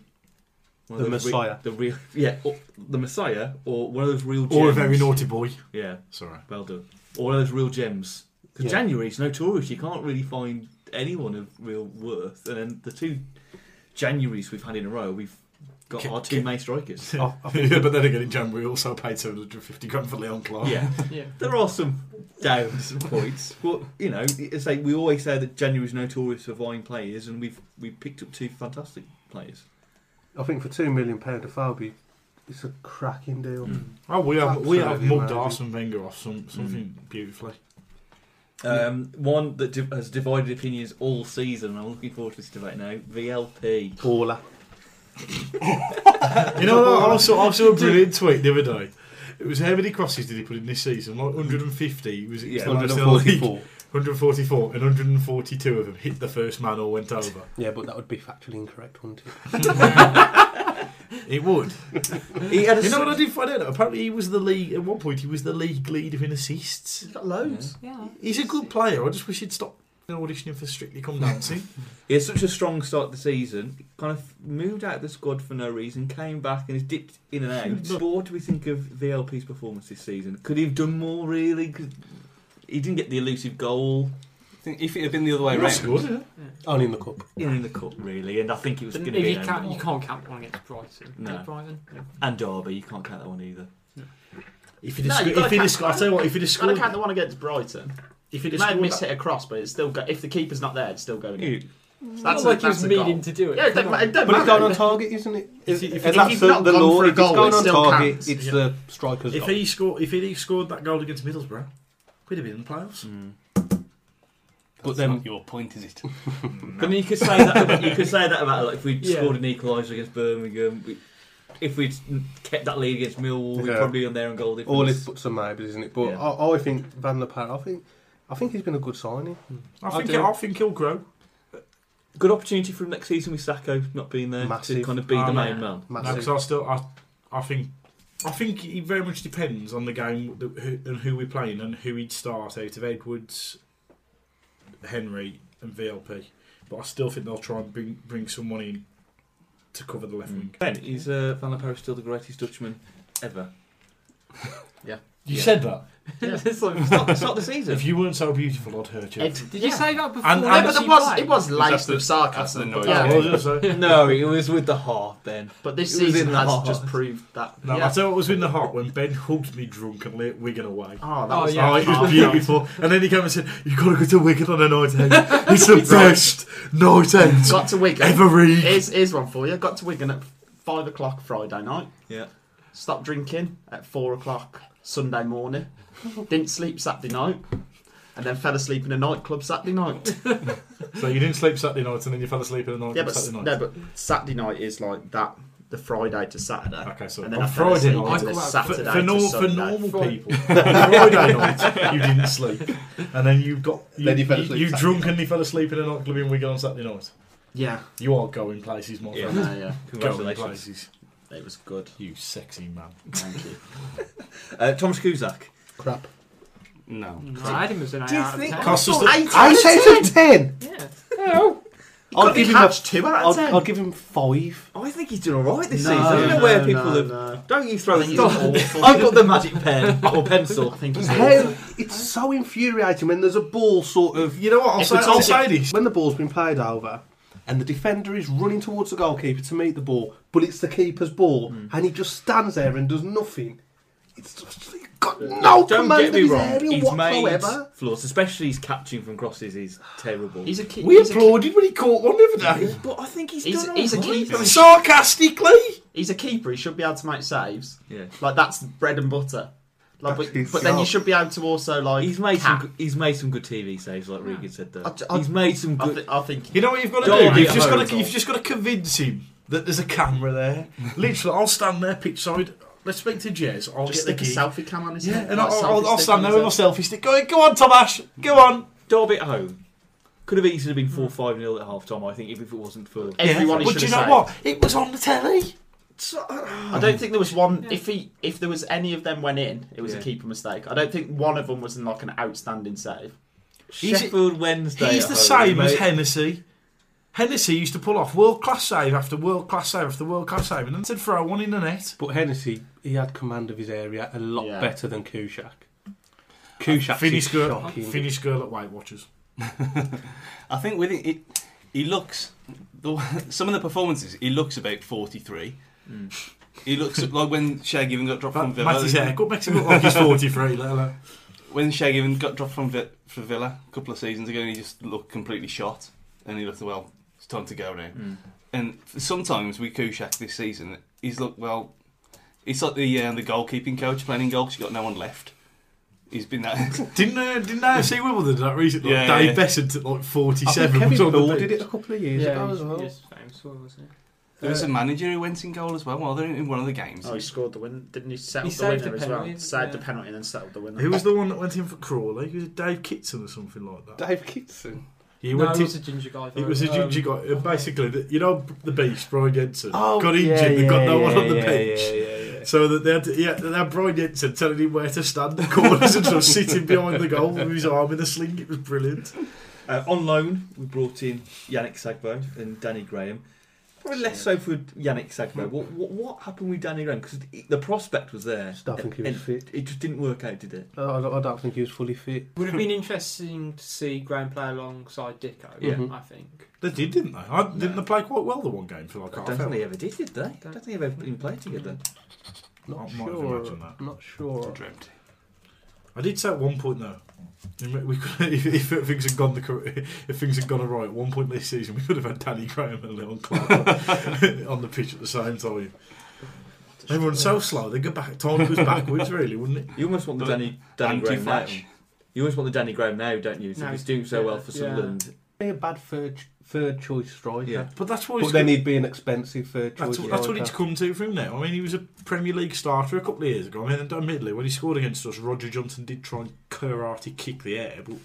A: one
F: The
A: those re-
F: Messiah.
A: the real, yeah, or the Messiah, or one of those real gems?
C: Or a very naughty boy.
A: Yeah,
C: Sorry.
A: well done. Or one of those real gems. Because
F: Yeah.
A: January's notorious. You can't really find anyone of real worth. And then the two Januaries we've had in a row, we've got
C: K-
A: our two
C: K-
A: main strikers.
C: yeah, but then again, in January, we also paid 750 grand for Leon Clark.
A: yeah.
E: Yeah.
A: There are some downs and points, but you know, it's like we always say that January is notorious for buying players, and we've we picked up two fantastic players.
F: I think for two million pound of Falby, it's a cracking deal.
C: Oh, we have we have
F: Absolutely
C: mugged
F: amazing.
C: Arsene Wenger off some, something beautifully.
A: Um, one that div- has divided opinions all season. and I'm looking forward to this debate now. VLP.
F: Paula.
C: You know, I saw I saw a brilliant tweet the other day. It was how many crosses did he put in this season? Like 150. Was it
A: Yeah,
C: still- still league?
F: 144.
C: 144, and 142 of them hit the first man or went over.
F: Yeah, but that would be factually incorrect, wouldn't it?
C: It would.
A: He had a
C: You know what I did find out? Apparently, he was the league. At one point, he was the league leader in assists.
B: He's got loads.
E: Yeah.
C: He's a good player. I just wish he'd stop auditioning for Strictly Come Dancing.
A: He had such a strong start to the season. Kind of moved out of the squad for no reason. Came back and has dipped in and out. but what do we think of VLP's performance this season? Could he have done more? Really? 'Cause He didn't get the elusive goal.
D: I think if it had been the other way
C: That's
D: around,
C: good. yeah.
F: Only in the cup.
A: you know, in the cup, really, and I think it was
E: Then
A: going to
E: if
A: be
E: you,
A: an
E: can't,
A: own
E: you
A: goal.
E: can't count one against Brighton.
A: No.
E: Did Brighton. Yeah.
A: and Derby. You can't count that one either.
C: If he'd
B: No,
C: have scored, if
B: you've gotta
C: he'd have
B: count-
C: scored, I tell you what, if he'd have
B: Gotta
C: scored,
B: count the one against Brighton.
C: if
B: He
C: he'd
B: may
C: have
B: have
C: scored
B: missed
C: that-
B: hit a cross, but it's still go- if the keeper's not there, it's still going in.
E: That's
B: That's
E: not
B: a-
E: like he was
B: that's a
E: meaning
B: goal.
E: to do it.
B: Yeah, it
E: Come
B: don't,
E: on.
B: ma- it don't
F: But it's going
B: matter.
F: on target, isn't it?
C: If- if- if
B: you've not gone for a goal, it still counts.
F: it's
C: Yeah.
F: the striker's
C: If
F: goal.
C: he scored, if he'd scored that goal against Middlesbrough, we'd have been in the playoffs.
E: Mm.
D: but
F: then-
D: not your point, is it?
A: But you could say that. you could say that about like if we would
E: Yeah.
A: scored an equaliser against Birmingham. We, if we'd kept that lead against Millwall, we'd
F: Yeah.
A: probably be on there on goal difference.
F: All his buts and maybes, isn't it? But
A: Yeah.
F: I, I think Van der Par, I think, I think he's been a good signing.
C: I think
F: do.
C: I think he'll grow.
A: Good opportunity for him next season with Sacco not being there to
F: Massive.
A: kind of be
C: Oh,
A: the
C: yeah.
A: main man.
F: Massive.
C: because I still I, I think I think it very much depends on the game that, who, and who we're playing and who he'd start out of Edwards, Henry, and VLP. But I still think they'll try and bring bring someone in to cover the left wing.
A: Ben, is uh, Van Lampard still the greatest Dutchman ever?
C: You
A: Yeah.
C: said that.
E: it's like,
A: It's not, it's not the season.
C: If you weren't so beautiful, I'd hurt you.
B: It,
E: did you say that before?
C: And-
B: no,
C: and-
B: but
E: she
B: it was
E: played?
B: it was
D: That's
B: laced
D: the-
B: with
D: that's the
B: sarcasm.
D: noise.
C: I
B: yeah.
C: was gonna say.
A: no, it was with the heart then.
B: But this
A: It was
B: season
A: in the
B: has
A: heart.
B: just proved that.
C: No, I
B: yeah.
C: tell you what was in the heart when Ben hugged me drunkenly at Wigan away.
B: Oh, that
E: Oh,
B: was
E: yeah.
C: Oh, it was
B: heart.
C: beautiful. and then he came and said, You've got to go to Wigan on a night out. It's the best night out
B: Got to Wigan.
C: ever.
B: Here's, here's one for you. Got to Wigan at five o'clock Friday night.
A: Yeah.
B: Stopped drinking at four o'clock Sunday morning. Didn't sleep Saturday night. And then fell asleep in a nightclub Saturday night.
C: So you didn't sleep Saturday night and then you fell asleep in the night
B: yeah,
C: on
B: but
C: Saturday night.
B: no, but Saturday night is like that. The Friday to Saturday.
C: Okay, so
B: and then
C: on
B: I fell
C: Friday
B: asleep
C: night,
B: on the
E: I call that-
C: Uh, for,
B: Saturday
C: for,
B: to
C: nor- for
B: Sunday.
C: normal
E: Friday.
C: people, Friday night you didn't sleep, and then you got you,
F: Then you fell
C: you-
F: asleep
C: you
F: Saturday
C: drunkenly fell asleep in a nightclub in Wigan on Saturday night.
B: Yeah,
C: You are going places, my
A: Yeah.
C: friend.
B: no, yeah,
C: Going
A: Congratulations.
C: places,
B: it was good.
C: you sexy man.
B: Thank you.
A: Uh, Thomas Kuzak.
F: Crap.
D: No.
E: No, I had him as an
G: Do you
E: eight out of
G: think-
E: ten.
C: Cost us the,
B: Eight
F: I
B: out of
F: say
B: ten.
F: out of ten. Oh.
E: Yeah.
B: I'll give him a two out of
F: I'll,
B: ten.
F: I'll give him five.
A: I think he's doing all right this
B: No,
A: season. I don't know
B: no,
A: where people
B: no,
A: have.
B: no.
A: Don't you throw
B: I think
A: these
B: he's awful.
A: I've got the magic pen or
B: I
A: pencil.
B: think he's
F: How, it's so infuriating when there's a ball sort of
C: you know what? I'll
B: If
C: say,
B: it's
C: I'll
B: all-
C: say this.
F: when the ball's been played over and the defender is running towards the goalkeeper to meet the ball, but it's the keeper's ball and he just stands there and does nothing. It's just he's got no
A: Don't
F: command
A: get me
F: of his
A: wrong.
F: area
A: He's made
F: whatsoever.
A: flaws, especially his catching from crosses is terrible.
B: He's a keeper.
C: We
B: he's, a,
C: applauded when he caught one the other day,
A: but I think he's,
B: he's,
A: done
B: he's a
A: all right.
B: keeper.
C: sarcastically.
B: He's a keeper. He should be able to make saves.
A: Yeah.
B: Like that's bread and butter. Like,
F: That's
B: but,
F: his
B: but then you
F: job.
B: should be able to also like.
A: He's made some.
B: cap.
A: Good, he's made some good TV saves, like Regan said. Though
B: I- I-
A: he's made some
B: I,
A: good.
B: th- I think.
C: You know what you've got to
A: Don't
C: do?
A: be
C: You've just got to,
A: horrible.
C: you've just got to convince him that there's a camera there. Literally, I'll stand there pitch side. Let's speak to Jez. I'll
B: Just
C: get
B: stick
C: the
B: a
C: gig.
B: selfie cam on his
C: Yeah,
B: head.
C: and I'll,
B: like selfie
C: I'll, I'll
B: stick
C: stand
B: on
C: there with my
B: his
C: selfie stick going, go on, Tomash, go on.
A: Derby at home could have easily been four five nil at half time. I think if, if it wasn't for.
B: head.
C: yeah.
B: Everyone
C: But
B: he should
C: do you know
B: have saved.
C: what? It was on the telly.
B: I don't think there was one. If he, if there was any of them went in, it was
A: Yeah.
B: a keeper mistake. I don't think one of them was in like an outstanding save.
C: He's-
A: Sheffield Wednesday.
C: He's
A: at
C: the
A: home,
C: same as
A: mate.
C: Hennessy. Hennessy used to pull off world class save after world class save after world class save and then said throw one in the net.
F: But Hennessy, he had command of his area a lot
B: Yeah.
F: better than Kushak. Kushak
C: Finnish
F: is
C: girl,
F: shocking.
C: Finnish girl at White Watchers.
D: I think with it, it he looks. The, some of the performances, he looks about 43.
B: Hmm.
D: He looks like when Shea Given got dropped from Villa.
C: Matty's haircut makes him look like oh, he's 43. Let alone.
D: When Shea Given got dropped from Vi- for Villa a couple of seasons ago, and he just looked completely shot. And he looked, well, it's time to go now.
C: Hmm.
A: Mm.
D: And sometimes with Kushak this season, he's looked well. It's like the uh, the goalkeeping coach playing in goal 'cause you've got no one left. He's been that.
C: Didn't uh, didn't I see Wimbledon do that recently?
D: Yeah,
C: Dave
D: yeah.
C: Bessant at like
F: I think
C: 47
F: Kevin
C: was on
F: Poole
C: the
F: did it
C: pitch.
F: a couple of years ago as well.
E: Yes, famous, wasn't it?
D: There was a manager who went in goal as well. Well, they're in one of the games.
B: Oh, he scored the win. Didn't he set
E: He
B: up the
E: saved
B: winner
E: the
B: as well?
E: penalty,
B: Saved
E: yeah.
B: the penalty and then settled the winner.
C: Who was the one that went in for Crawley? Was it Dave Kitson or something like that?
F: Dave Kitson.
C: He
E: no,
C: went
E: it
C: in-
E: was a ginger guy.
C: It was a
E: though.
C: ginger guy.
E: Um,
C: Basically, the, you know the beast, Brian Jensen,
F: Oh,
C: got
F: yeah,
C: injured. they got
F: yeah,
C: no one
F: yeah,
C: on the
F: yeah,
C: pitch,
F: yeah, yeah, yeah.
C: so that they had, to, yeah, they had Brian Jensen telling him where to stand, the corners, and stuff, sitting behind the goal with his arm in a sling. It was brilliant.
A: Uh, on loan, we brought in Yannick Sagbo and Danny Graham. Probably less so for Yannick
C: Hmm.
A: Sagbo. What, what, what happened with Danny Graham? Because the prospect was there.
F: Just don't think he was
A: and
F: fit. Oh,
A: It just didn't work out, did it?
F: I don't, I don't think he was fully fit.
E: Would have been interesting to see Graham play alongside Dicko.
A: Yeah.
E: I think.
C: They did, didn't they? I, Didn't they play quite well the one game for like
A: I
C: half
A: don't think
C: hour?
A: they ever did, did they? I don't think they've ever been played together.
C: I
F: Not
C: might have
F: sure.
C: imagined that.
F: Not sure.
D: Dreamt.
C: I did say at one point though. We could, if, if things had gone the cor- if things had gone awry at one point this season, we could have had Danny Graham and Leon Clark on, on the pitch at the same time. Everyone's so slow; they go back. Time goes backwards, really, wouldn't it?
A: You almost want the
D: But
A: Danny, Danny Graham now.
D: Anti-flash.
A: You always want the Danny Graham now, don't you? Since
E: No.
A: he's doing so well for
E: Yeah.
A: Sunderland.
F: Be a bad third third choice striker.
A: Yeah.
C: But that's what
F: But
C: it's
F: then
C: come,
F: he'd be an expensive third choice
C: that's,
F: striker.
C: that's what it's come to for him now. I mean, he was a Premier League starter a couple of years ago. I mean, admittedly, when he scored against us, Roger Johnson did try and karate kick the air, but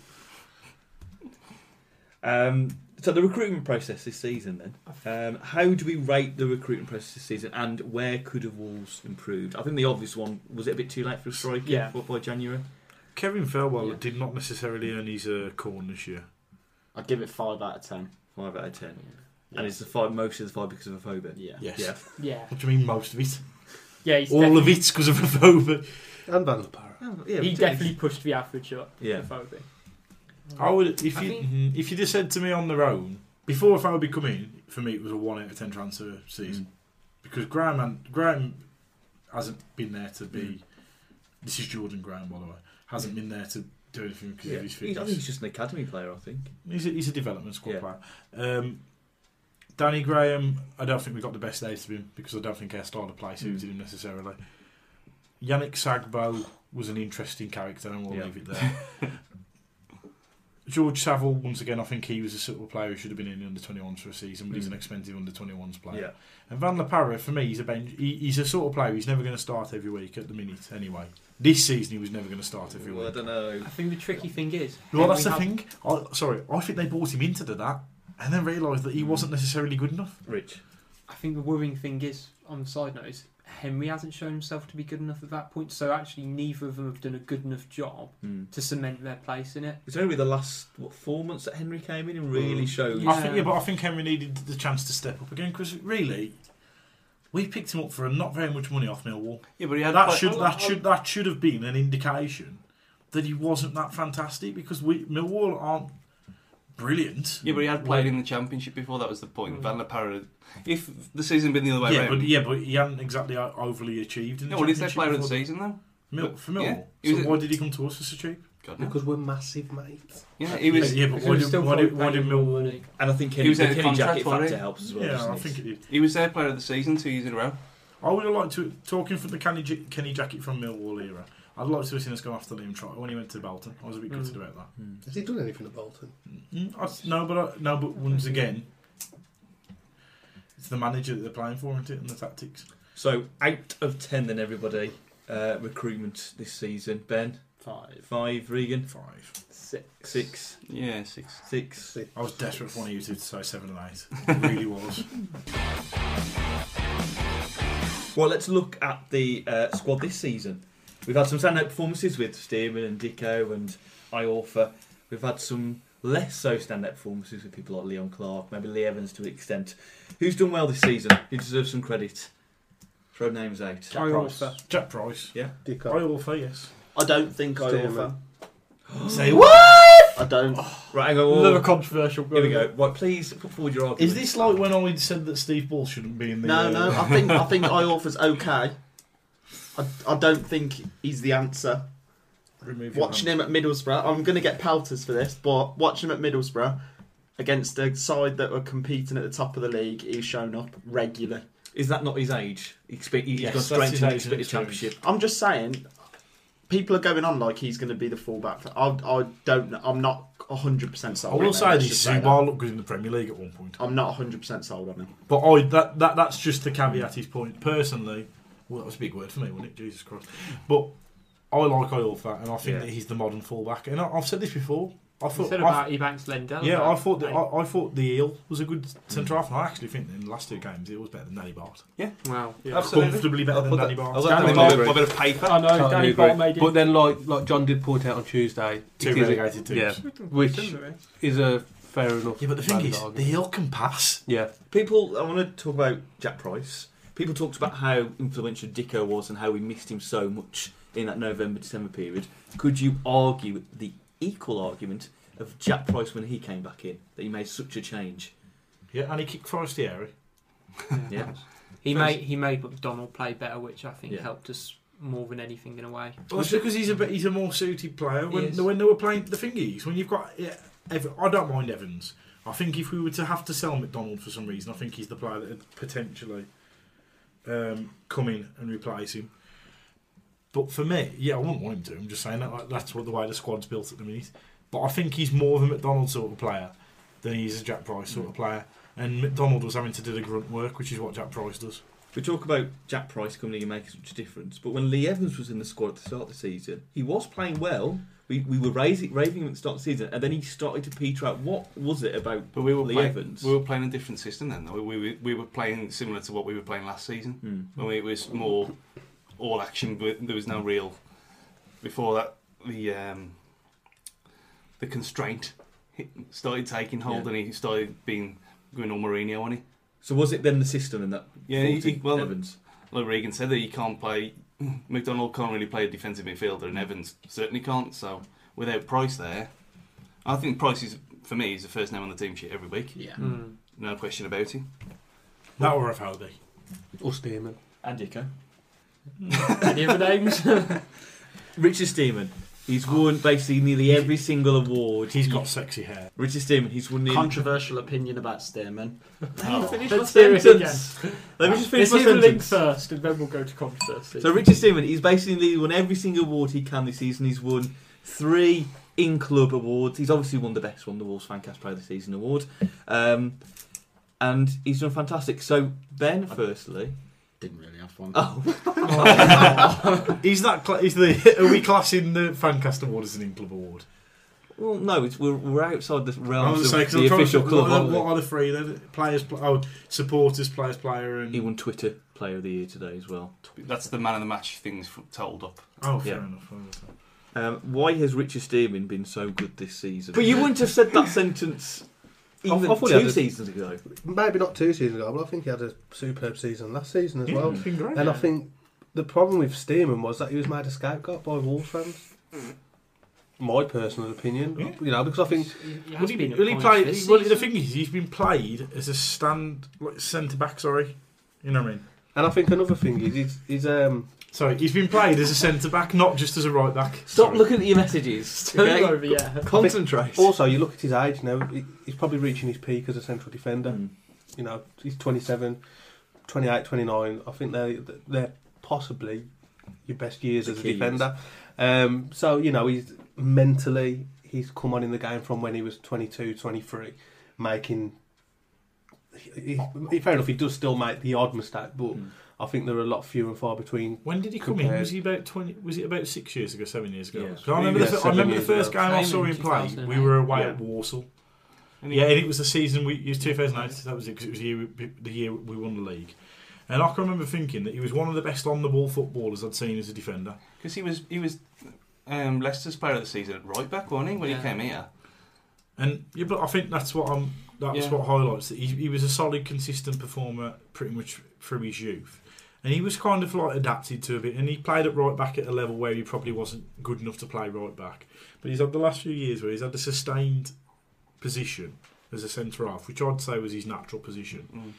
A: Um, So the recruitment process this season, then. Um, how do we rate the recruitment process this season, and where could have Wolves improved? I think the obvious one was it a bit too late for a strike.
E: Yeah.
A: for- by January.
C: Kevin Fairwell
E: Yeah.
C: did not necessarily earn his uh, corn this year.
B: I'd give it five out of ten.
A: Five out of ten,
B: Yeah.
A: and it's the five most of the five because of a phobia.
B: yeah.
C: Yes.
A: Yeah.
E: Yeah,
C: What do you mean most of it?
E: yeah. He's
C: All
E: definitely,
C: of it's because of a phobia.
F: And Van La Parra.
A: Oh, yeah, we
E: He
A: did.
E: definitely pushed the average up.
A: Yeah.
E: the Fobi.
C: I would if
E: I
C: you
E: think-
C: mhm, if you just said to me on their own before if I would be coming for me it was a one out of ten transfer season
A: Mm.
C: because Graham and, Graham hasn't been there to be.
A: Mm.
C: This is Jordan Graham by the way hasn't been there to do anything because
A: Yeah.
C: of his
A: He's,
C: fit.
A: I think
C: That's-
A: he's just an academy player. I think.
C: He's a, he's a development squad
A: Yeah.
C: player. Um, Danny Graham, I don't think we got the best days of him because I don't think our style of play
A: Mm.
C: suited him necessarily. Yannick Sagbo was an interesting character, and we'll
A: Yeah.
C: leave it there. George Savile, once again, I think he was a sort of player who should have been in the under 21s for a season, but he's
A: Mm.
C: an expensive under 21s player. And Van La Parra, for me, he's a bench. He, he's a sort of player who's never going to start every week at the minute, anyway. This season, he was never going to start every
A: Well, I
C: week.
A: don't know.
E: I think the tricky thing is.
C: Well, that's
E: we
C: the
E: have-
C: thing. I, sorry, I think they bought him into the, that and then realised that he
D: Hmm.
C: wasn't necessarily good enough.
A: Rich.
E: I think the worrying thing is, on the side note, is Henry hasn't shown himself to be good enough at that point. So actually, neither of them have done a good enough job to cement their place in it.
A: It's only the last what four months that Henry came in and really
C: Mm.
A: showed.
E: Yeah.
C: I think, yeah, but I think Henry needed the chance to step up again because really, we picked him up for not very much money off Millwall.
D: Yeah, but he
C: Yeah,
D: had
C: that
D: quite-
C: should that should that should have been an indication that he wasn't that fantastic because we Millwall aren't brilliant.
D: Yeah, but he had played in the championship before. That was the point.
E: Mm.
D: Van La Parra, if the season had been the other way
C: Hmm. yeah,
D: around,
C: but yeah, but he hadn't exactly o- overly achieved. In the
D: no, what is their
C: championship
D: player of the
C: before-
D: season though?
C: Mill, for
D: Yeah.
C: Millwall.
D: He was
C: so
D: a-
C: why did he come to us for so cheap?
D: God, no.
F: Because we're massive mates.
D: Yeah, he was.
C: yeah, but
E: So
C: why
E: we're
C: did,
E: still
C: why did, why
E: probably
C: did
E: paying more
C: Millwall?
E: money.
A: And I think
D: He
A: Kenny,
D: was
A: the
D: out of
A: Kenny
D: contract
A: jacket
D: already.
A: factor helps as well.
C: yeah,
A: doesn't
C: I
A: it?
C: think it did.
D: He was their player of the season two years in a row.
C: I would have liked to talking from the Kenny, J- Kenny Jacket from Millwall era. I'd like to have seen us go after Liam Trotter when he went to Bolton. I was a bit
E: Mm.
C: gutted about that.
A: Hmm.
F: Has he done anything at Bolton?
C: Mm, I s- no, but I, no, but once again, it's the manager that they're playing for, isn't it, and the tactics.
A: So out of ten, then everybody uh, recruitment this season. Ben
E: Five,
A: five, Regan
C: Five.
E: six,
A: six,
D: Yeah, six.
A: six.
C: I was desperate for one of you two to say seven and eight. I really was.
A: Well, let's look at the uh, squad this season. We've had some standout performances with Stearman and Dicko and Iorfa. We've had some less so standout performances with people like Leon Clark, maybe Lee Evans to an extent. Who's done well this season? Who deserves some credit? Throw names out.
E: Jack Price. Iorfa.
C: Jack Price.
F: Dick
C: I all for yes.
B: I don't think I
F: Stearman.
B: offer.
C: Say what?
B: I don't.
A: Right, hang on. whoa,
E: Another
A: whoa,
E: controversial.
A: whoa. Here we go. Right, please put forward your argument.
C: Is this like when I said that Steve Ball shouldn't be in the?
B: No,
C: uh,
B: no. I think I think I offer's okay. I, I don't think he's the answer.
C: remove your
B: Watching him at Middlesbrough, I'm going to get pelters for this, but watching him at Middlesbrough against a side that were competing at the top of the league, he's shown up regularly.
A: Is that not his age? He expect, he's
C: Yes,
A: gone
C: that's
A: straight
C: his
A: into the
C: age and
A: expected
C: experience.
A: championship.
B: I'm just saying, people are going on like he's going to be the fullback. I, I don't. know. I'm not 100 percent
C: I
B: sold. on
C: will
B: him,
C: say
B: let's
C: this:
B: just say that.
C: Zubar looked good in the Premier League at one point.
B: I'm not 100 percent sold on him.
C: But I that, that that's just the caveat his point. Personally, well, that was a big word for me, wasn't it? Jesus Christ! But I like Iorfa, and I think
A: Yeah.
C: that he's the modern fullback. And I, I've said this before. I
E: You
C: thought,
E: said
C: I-
E: about Ebanks Lendell.
C: yeah, I thought that
E: Wow.
C: I, I thought the eel was a good centre half, and I actually think in the last two games it was better than Danny Bart.
E: yeah.
D: Absolutely.
C: Comfortably better
D: I'll
C: than
D: put
C: Danny
D: that-
C: Bart.
D: I'll put that
F: Danny
D: on my-
F: Bart.
D: my bit of paper.
E: I know
F: Totally
E: Danny
F: agree.
E: Bart made it.
F: But then, like like John did point out on Tuesday,
C: Two
F: it is a-
C: relegated teams.
F: Yeah, which is a fair enough.
C: Yeah, but the thing
F: valid
C: is, the
F: argument.
C: eel can pass.
F: yeah,
A: People, I want to talk about Jack Price. People talked about how influential Dicko was and how we missed him so much in that November December period. Could you argue the equal argument of Jack Price when he came back in that he made such a change?
C: Yeah, and he kicked Forestieri.
A: Yeah.
E: He
A: First-
E: made he made McDonald play better, which I think
A: Yeah.
E: helped us more than anything in a way.
C: Well, it's because he's a bit, he's a more suited player.
E: He
C: When
E: is.
C: when they were playing the thingies, when you've got yeah, Ev- I don't mind Evans. I think if we were to have to sell McDonald for some reason, I think he's the player that would potentially um, come in and replace him. But for me, yeah, I wouldn't want him to. I'm just saying that like, that's what the way the squad's built at the minute. But I think he's more of a McDonald sort of player than he is a Jack Price sort
E: Mm.
C: of player. And McDonald was having to do the grunt work, which is what Jack Price does.
A: We talk about Jack Price coming in and making such a difference, but when Lee Evans was in the squad at the start of the season, he was playing well, we, we were raising, raving him at the start of the season, and then he started to peter out. What was it about
D: But we were
A: Lee
D: playing,
A: Evans?
D: we were playing a different system then. Though. We, we we were playing similar to what we were playing last season.
A: Hmm.
D: when it was more all action, but there was no real. Before that, the um, the constraint hit- started taking hold,
A: Yeah.
D: and he started being going all Mourinho on it.
A: So was it then the system and that?
D: Yeah, he-
A: 40
D: he- well-
A: Evans.
D: Like Regan said, that you can't play. McDonald can't really play a defensive midfielder, and Evans certainly can't. So without Price there, I think Price is for me is the first name on the team sheet every week.
B: Yeah.
E: Mm.
D: No question about it.
C: That were a Valdi.
F: Or Stearman.
A: And Dicko.
E: Any other names?
A: Richard Steeman. He's won basically nearly every single award.
C: He's got sexy hair.
A: Richard Steeman. He's won nearly.
B: Controversial opinion about Stearman.
A: Finish my
E: Let's hear it again.
A: sentence. Let me just finish
E: Let's
A: my
E: hear the link
A: sentence.
E: first, and then we'll go to controversy.
A: So Richard Steeman, he's basically won every single award he can this season. He's won three in club awards. He's obviously won the best one, the Wolves Fancast Player of the Season award, um, and he's done fantastic. So Ben, firstly,
B: Didn't really have one.
A: oh,
C: He's that. Cla- he's the. Are we classing the Fancast Award as an in-club award?
A: well, no, it's, we're we're outside the
C: I was
A: realms
C: gonna
A: of
C: say, 'cause I'm
A: the
C: trying to
A: official
C: think,
A: club.
C: What, are-
A: aren't we?
C: what are the three then? Players, pl- oh, supporters, players, player, and oh,
A: He won Twitter Player of the Year today as well.
D: That's the man of the match things f- told up.
C: oh, fair
A: Yeah.
C: enough.
A: Um, why has Richard Stearman been so good this season? But you wouldn't have said that sentence
F: I- I
A: even
F: thought he had
A: two
F: a-
A: seasons ago.
F: Maybe not two seasons ago, but I think he had a superb season last season as well.
C: It's been great.
F: And I think the problem with Stearman was that he was made a scapegoat by Wolves fans. My personal opinion,
C: Yeah.
F: you know, because I think
E: He
C: Well,
E: has
C: he,
E: been
C: well, he
E: appointed
C: played,
E: this
C: well, the
E: season.
C: thing is, he's been played as a stand like, centre back. Sorry, you know what I mean.
F: And I think another thing is, is, is um,
C: Sorry, he's been played as a centre back, not just as a right back.
A: Stop
C: Sorry.
A: looking at your messages.
E: Turn
A: okay?
E: over, yeah.
A: Concentrate.
F: also you look at his age now, he- he's probably reaching his peak as a central defender.
A: Mm.
F: You know, he's 27, 28, 29. I think they're, they're possibly your best years
A: The
F: as a
A: key years.
F: defender. Um, so, you know, he's mentally, he's come on in the game from when he was 22, 23, making. He, he, fair enough, he does still make the odd mistake, but
A: Mm.
F: I think there are a lot few and far between.
C: When did he come in?
F: Compared-
C: Was he about twenty? Was it about six years ago, seven years ago?
A: Yeah.
C: 'Cause I remember,
F: Yeah,
C: the, fir- I
F: seven
C: remember the
F: years ago.
C: first game I
E: Came
C: saw
E: in
C: him play.
E: 2008.
C: We were away
F: Yeah.
C: at Walsall.
D: And he-
C: Yeah, and it was the season we it was 2008. That was it because it was the year, we- the year we won the league. And I can remember thinking that he was one of the best on the ball footballers I'd seen as a defender.
D: Because he was he was um, Leicester's player of the season at right back, wasn't he? When
E: Yeah.
D: he came here,
C: And yeah, but I think that's what I'm. That's
D: Yeah.
C: what highlights that he, he was a solid, consistent performer pretty much through his youth, and he was kind of like adapted to a bit. And he played at right back at a level where he probably wasn't good enough to play right back. But he's had the last few years where he's had a sustained position as a centre half, which I'd say was his natural position.
D: Mm.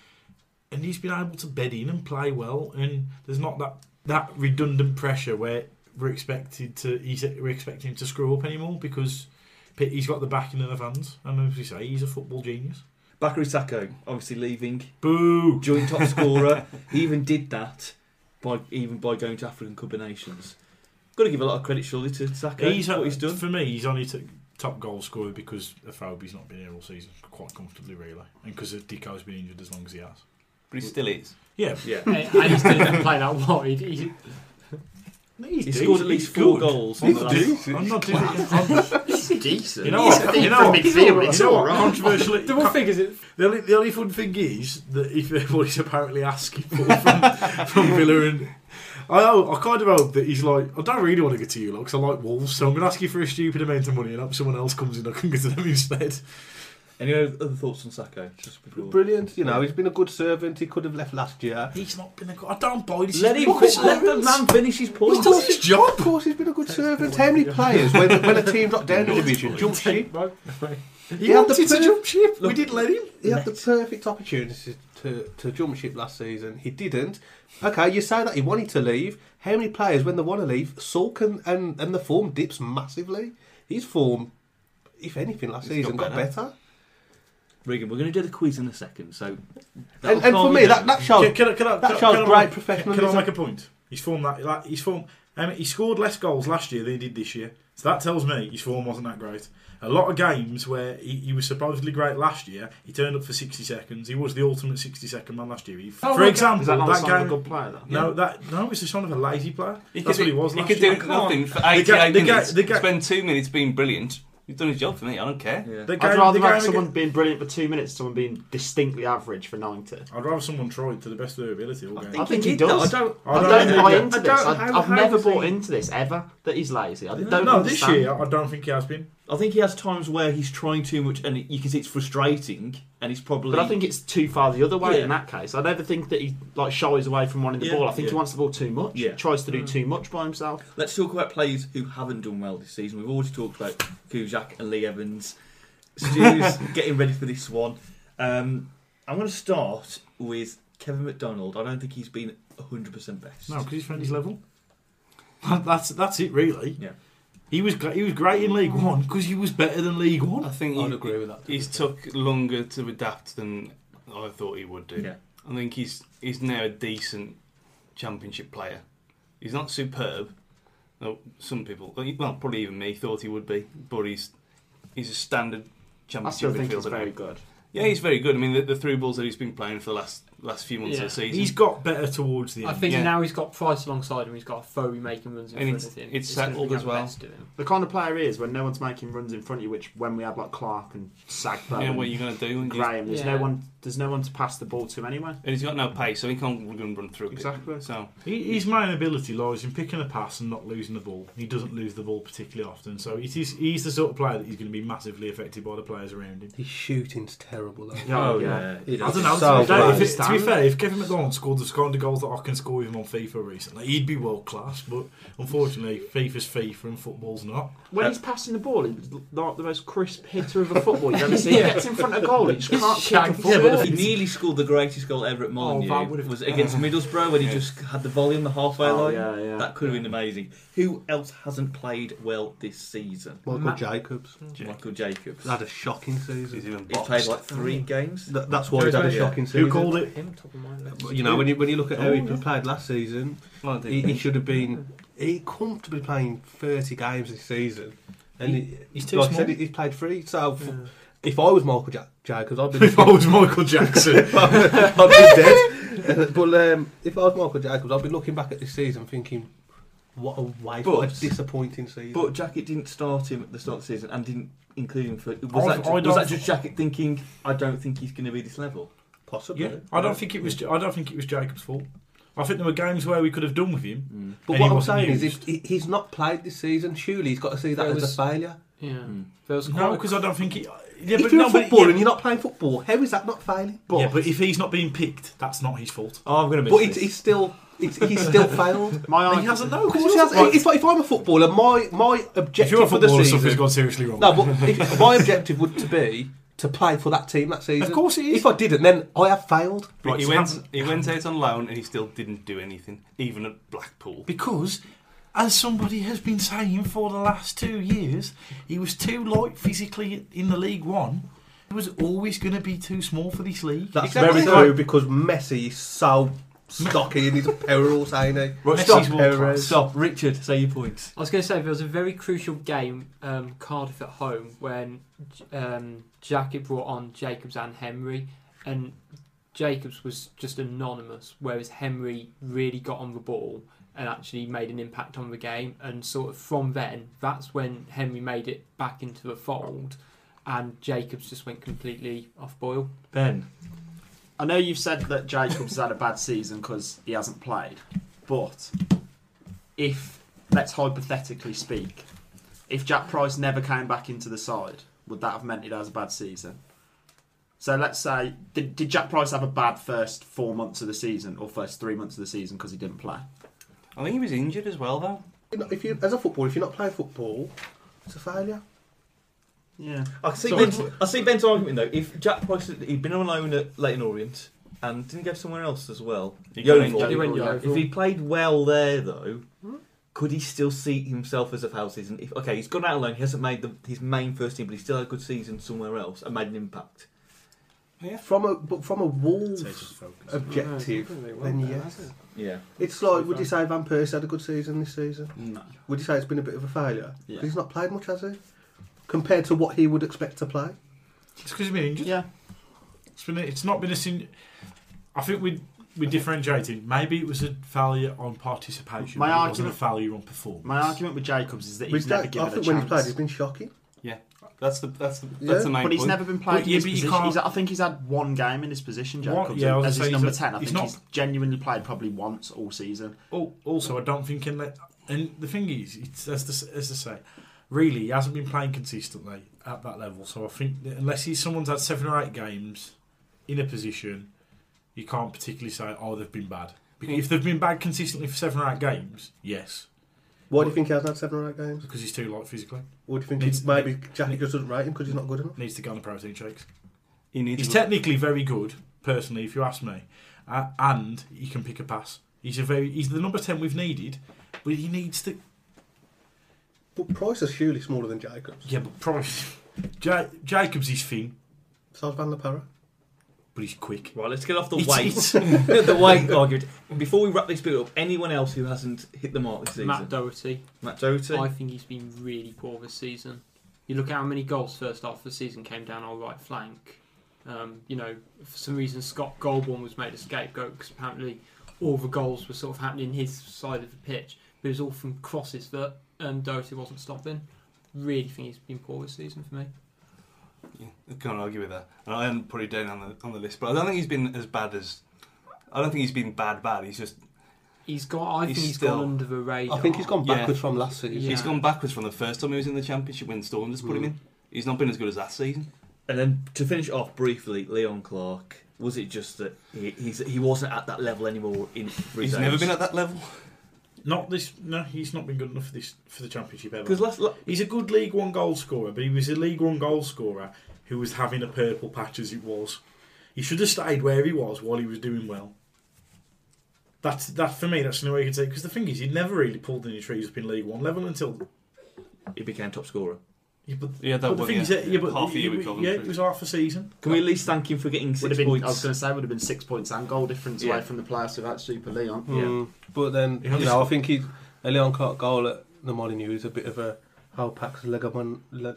C: and he's been able to bed in and play well, and there's not that that redundant pressure where we're expected to he's, we're expecting him to screw up anymore because Pitt- he's got the backing of the fans, and as we say, he's a football genius.
A: Bakary Sacco, obviously leaving,
C: Boo!
A: joint top scorer. he even did that by even by going to African Cup of Nations. Got to give a lot of credit, surely, to Sacco.
C: he's
A: what he's done.
C: for me. He's only t- top goal scorer because Afobe's not been here all season, quite comfortably really, and because Dico's been injured as long as he has.
D: but
C: Mm.
D: he still is.
C: Yeah,
A: Yeah,
E: and and he still didn't play that wide. He,
A: he scored at least four goals. on
C: I'm
A: the
C: not,
A: last-
C: doing- I'm not doing it. I'm-
B: He's decent.
C: You know
B: He's
C: what?
B: a thief
C: You know
B: from
C: what?
B: midfield. It's
C: you know
B: all
C: what?
B: right.
C: Controversially,
E: double figures. It,
C: The only, the only fun thing is that if what he's apparently asking for from, from Villa and I know, I kind of hope that he's like I don't really want to get to you lot because I like Wolves, so I'm going to ask you for a stupid amount of money and hope someone else comes in. I can get to them instead.
A: Any other thoughts on Sacco? Just before.
F: Brilliant, you know, he's been a good servant. He could have left last year.
C: He's not been. A, I don't buy this.
A: Let
C: He's
A: him.
C: been good
A: Let the
C: servant.
A: man finish his
C: He's
A: point.
C: done his job.
F: Of course, he's been a good servant. How many players, when, when a team dropped down the division, jumped ship?
C: He,
F: had the
C: wanted to
F: per-
C: jump ship. we
F: Look-
C: didn't let him.
F: He had the perfect opportunity to, to jump ship last season. He didn't. Okay, you say that he wanted to leave. How many players, when they want to leave, sulk and, and, and the form dips massively? His form, if anything, last
D: It's
F: season
D: got
F: got
D: better.
F: better.
A: Regan, we're going to do the quiz in a second, so. that'll
F: And, and for
A: calm
F: me,
A: you
F: that,
A: down.
F: that showed,
C: can, I- can I-
F: that
C: can I-
F: shows
C: can I
F: great
C: make-
F: professionalism.
C: Can I make a point? He's formed that. that he's formed. Um, he scored less goals last year than he did this year. So that tells me his form wasn't that great. A lot of games where he, he was supposedly great last year, he turned up for 60 seconds. He was the ultimate 60 second man last year. He,
B: Oh,
C: for
B: okay.
C: example,
B: Is that,
C: that,
B: not a sign of
C: game.
B: a good player, though?
C: No, that no, it's the sign of a lazy player.
D: He
C: That's
D: could
C: what he
D: do-
C: was
D: He
C: last
D: could
C: year.
D: do nothing for
C: The
D: 88
C: ga- the ga-
D: minutes.
C: the ga-
D: Spend two minutes being brilliant. You've done his job for me. I don't care.
A: Yeah.
C: The
H: I'd
C: game-
H: rather
C: the
H: have
C: game
H: someone
C: against-
H: being brilliant for two minutes, someone being distinctly average for ninety.
C: I'd rather someone tried to the best of their ability all game.
H: I think he does.
A: I don't.
H: I
C: don't
H: don't,
C: think
H: buy
C: that-
H: into
A: I
H: this.
A: don't-
H: I,
A: how-
H: I've
A: how
H: never
A: does he-
H: bought into this ever that he's lazy. I don't
C: no,
H: understand.
C: this year I don't think he has been.
A: I think he has times where he's trying too much, and you can see it's frustrating, and he's probably.
H: But I think it's too far the other way
A: Yeah.
H: in that case. I never think that he like shies away from wanting the
A: Yeah,
H: ball. I think he
A: yeah.
H: wants the ball too much.
A: Yeah.
H: Tries to do too much by himself.
A: Let's talk about players who haven't done well this season. We've already talked about Kuzak and Lee Evans. Stu's getting ready for this one. Um, I'm going to start with Kevin McDonald. I don't think he's been 100% best.
C: No, because he's found his level. That's that's it, really.
A: Yeah.
C: He was gr- he was great in League One because he was better than League
D: I
C: One.
D: think
E: I'd
D: he,
E: agree with that. to be
D: he's
E: fair.
D: took longer to adapt than I thought he would do.
A: Yeah.
D: I think he's he's now a decent championship player. He's not superb. No, some people, well, probably even me, thought he would be, but he's he's a standard
H: I
D: championship
H: still think he's
D: midfielder now.
H: very good.
D: Yeah, he's very good. I mean, the, the through balls that he's been playing for the last last few months
E: Yeah.
D: of the season.
C: He's got better towards the
E: I
C: end.
E: think
D: Yeah.
E: now he's got Price alongside him. He's got Foey making runs in
D: And
E: front
D: it's-
E: of him.
D: it's
E: gonna
D: settled
E: bring
D: as
E: out
D: well.
E: the best of him.
H: The kind of player he is when no one's making runs in front of you, which when we had like Clark and Sagbo
D: yeah,
H: and
D: what are you going to do? And he's,
H: Graham, there's
E: Yeah.
H: no one. There's no one to pass the ball to anyway.
D: and he's got no pace, so he can't run, run through.
H: Exactly.
D: It. So
C: He- His main ability lies in picking a pass and not losing the ball. He doesn't lose the ball particularly often, so it is, he's the sort of player that he's going to be massively affected by the players around him.
F: His shooting's terrible. Though.
H: Oh,
C: I don't know. to, be fair,
F: So bad.
C: if it- to be fair, if Kevin McDonald scored the kind of goals that I can score with him on FIFA recently, he'd be world class. But unfortunately, FIFA's FIFA and football's not.
H: When
A: Uh,
H: he's passing the ball, he's like the most crisp hitter of a football you've ever seen. He gets in front of goal, he just
E: He's
H: can't kick a
E: shanked.
A: Yeah,
H: football.
A: but he nearly scored the greatest goal ever at Molyneux.
E: that would've-
A: was against Middlesbrough when he
D: Yeah.
A: just had the volley on the halfway
H: Oh,
A: line.
H: yeah, yeah.
A: That could have been amazing. Who else hasn't played well this season?
F: Michael
E: Matt-
F: Jacobs
C: Hmm.
A: Michael Jacobs.
F: had a shocking
D: he's
F: season.
D: even
A: He's
D: boxed.
A: played like three games.
F: That, that's why he's had a shocking season.
C: Who called it?
E: Him top of my list.
F: You know, when you when you look at
C: Oh,
F: how he played last season,
D: Well, I
F: he,
D: think-
F: he should have been he comfortably playing thirty games this season, and he,
C: he's too
F: like I
C: small.
F: said, he- he's played three. So f- if I was Michael ja- Jacobs, I'd be
C: If I was Michael Jackson,
F: I'd be dead. but um, if I was Michael Jacobs, I'd be looking back at this season thinking, what a waste, what a
A: But-
F: disappointing season.
A: But Jacket didn't start him at the start of the season and didn't include him for. Was,
C: I've-
A: that,
C: I
A: ju-
C: don't-
A: was that just Jacket thinking, I don't think he's going to be this level?
F: possibly,
C: yeah, I don't think it was. I don't think it was Jacob's fault. I think there were games where we could have done with him.
F: But
C: And
F: what
C: he
F: I'm
C: wasn't
F: saying is,
C: used.
F: if he, he's not played this season, surely he's got to see that
E: There
F: as
E: was-
F: a failure.
E: Yeah, there was
C: No,
E: quite
C: because I don't think he. Yeah,
F: if you're a
C: no,
F: footballer
C: yeah,
F: and you're not playing football, how is that not failing?
C: but, yeah, but if he's not being picked, that's not his fault.
A: Oh, I'm going to
F: But it's, it's still, it's, he's still failed.
H: My
C: he
H: argument,
C: hasn't. No, of
F: Of
C: course
F: course he has. It's like if I'm a footballer, my my
C: If
F: objective
C: you're a
F: for the
C: footballer, something's
F: season.
C: gone seriously wrong.
F: No, but if, my objective would to be to play for that team that season.
C: Of course it is.
F: If I didn't, then I have failed.
D: Right, he
C: Because-
D: went. He went out on loan, and he still didn't do anything, even at Blackpool.
C: Because, as somebody has been saying for the last two years, he was too light physically in the League One. He was always going to be too small for this league.
F: That's
C: Exactly.
F: very true because Messi is so stocky and he's a peril, ain't he?
C: Right,
F: Stop
C: Messi's
F: Perez.
C: world-class.
A: Stop, Richard, say your points.
E: I was going to say there was a very crucial game, um, Cardiff at home, when um, Jacket brought on Jacobs and Henry, and Jacobs was just anonymous, whereas Henry really got on the ball and actually made an impact on the game. And sort of from then, that's when Henry made it back into the fold, and Jacobs just went completely off boil.
A: Ben.
H: I know you've said that Jacobs had a bad season because he hasn't played, but if let's hypothetically speak, if Jack Price never came back into the side, would that have meant it has a bad season? So let's say, did, did Jack Price have a bad first four months of the season or first three months of the season because he didn't play?
D: I think he was injured as well, though.
F: You know, If you, as a footballer, if you're not playing football, it's a failure.
H: Yeah.
A: I see,
H: Sorry.
A: Ben's, I see Ben's argument though. If Jack Price, he'd been on loan at Leighton Orient and didn't go somewhere else as well.
D: He
A: Yeovil.
D: got
E: He went
H: Yeah.
E: Yeovil. Hmm?
A: If he played well there though, could he still see himself as a foul season? If okay, he's gone out alone. He hasn't made the, his main first team, but he still had a good season somewhere else and made an impact.
C: Yeah.
F: From a but from a Wolves
C: Takes us focus.
F: objective,
E: No, it really
F: then
E: won't, though,
F: yes.
E: has it?
A: Yeah.
F: It's like, would you say Van Persie had a good season this season?
B: No.
F: Would you say it's been a bit of a failure? 'Cause
B: Yeah.
F: He's not played much, has he? Compared to what he would expect to play.
C: It's because he's been injured.
B: Yeah.
C: It's been. It's not been a sin. I think we we differentiated. Maybe it was a failure on participation.
B: My
C: but it wasn't a
B: argument-
C: failure on performance.
B: My argument with Jacobs is that
F: Which
B: he's never
F: that- I
B: given a
F: think
B: chance.
F: when he's played, he's been shocking.
D: That's the that's the, that's
F: Yeah,
D: the main
B: but he's
D: point.
B: never been played
C: But-
B: in
C: yeah,
B: his
C: but you
B: position.
C: can't-
B: He's, I think he's had one game in his position,
C: One-
B: Jacobs,
C: yeah, I was
B: as
C: gonna
B: his
C: say,
B: number
C: he's not-
B: ten. I
C: he's
B: think
C: not-
B: he's genuinely played probably once all season.
C: Al- Also, I don't think in that. And the thing is, it's as the, as I say, really, he hasn't been playing consistently at that level. So I think that unless he's someone's had seven or eight games in a position, you can't particularly say, oh, they've been bad. Be-
B: Hmm.
C: If they've been bad consistently for seven or eight games, yes,
F: Why do you think he hasn't had seven or eight games?
C: because he's too light physically.
F: Or do you think
C: Needs-
F: he's, maybe Jackie just doesn't rate him because he's not good enough?
C: Needs to go on the protein shakes.
D: He needs
C: He's
D: a-
C: technically very good, personally, if you ask me, uh, and he can pick a pass. He's a very he's the number ten we've needed, but he needs to
F: But Price is surely smaller than Jacobs.
C: yeah, but probably ja- Jacobs is thin,
F: So is Van La Parra.
C: but he's quick.
A: Right, let's get off the
C: It's-
A: weight.
C: it's-
A: the weight argument. Before we wrap this bit up, anyone else who hasn't hit the mark this season?
E: Matt Doherty.
A: Matt Doherty.
E: I think he's been really poor this season. You look at how many goals first half of the season came down our right flank. Um, you know, for some reason Scott Goldborn was made a scapegoat because apparently all the goals were sort of happening his side of the pitch, but it was all from crosses that um, Doherty wasn't stopping. Really think he's been poor this season for me.
D: Yeah, I can't argue with that. And I haven't put it down on the on the list, but I don't think he's been as bad as. I don't think he's been bad bad. He's just
E: He's got. I
D: He's
E: think he's
D: still-
E: gone under the radar.
F: I think he's gone
D: Yeah.
F: backwards from last season.
D: he's
E: Yeah.
D: gone backwards from the first time he was in the championship when Storm just put him in. He's not been as good as that season.
A: And then to finish off briefly, Leon Clark. Was it just that he, he's, he wasn't at that level anymore? In for his
D: He's never been at that level.
C: Not this. No, he's not been good enough for this for the championship
A: because
C: ever.
A: last la-
C: He's a good League One goal scorer, but he was a League One goal scorer who was having a purple patch as it was. He should have stayed where he was while he was doing well. That's that for me. That's the only way you could say. Because the thing is, he never really pulled any trees up in League One level until.
A: he became top scorer.
C: Yeah, but,
D: Yeah, that
C: but the
D: one,
C: thing
D: yeah.
C: is, that- yeah, but
D: half a year
C: yeah,
D: with Coventry.
C: yeah, it was half a season.
A: Can we at least thank him for getting
B: Would
A: six
B: have been.
A: points?
B: I was going to say would have been six points and goal difference
A: Yeah.
B: away from the playoffs without Super Leon.
A: Yeah.
F: Mm. But then,
C: Yeah.
F: you know, I think he, a Leon Clark goal at the Molyneux is a bit of a how Pax Legomon, Le,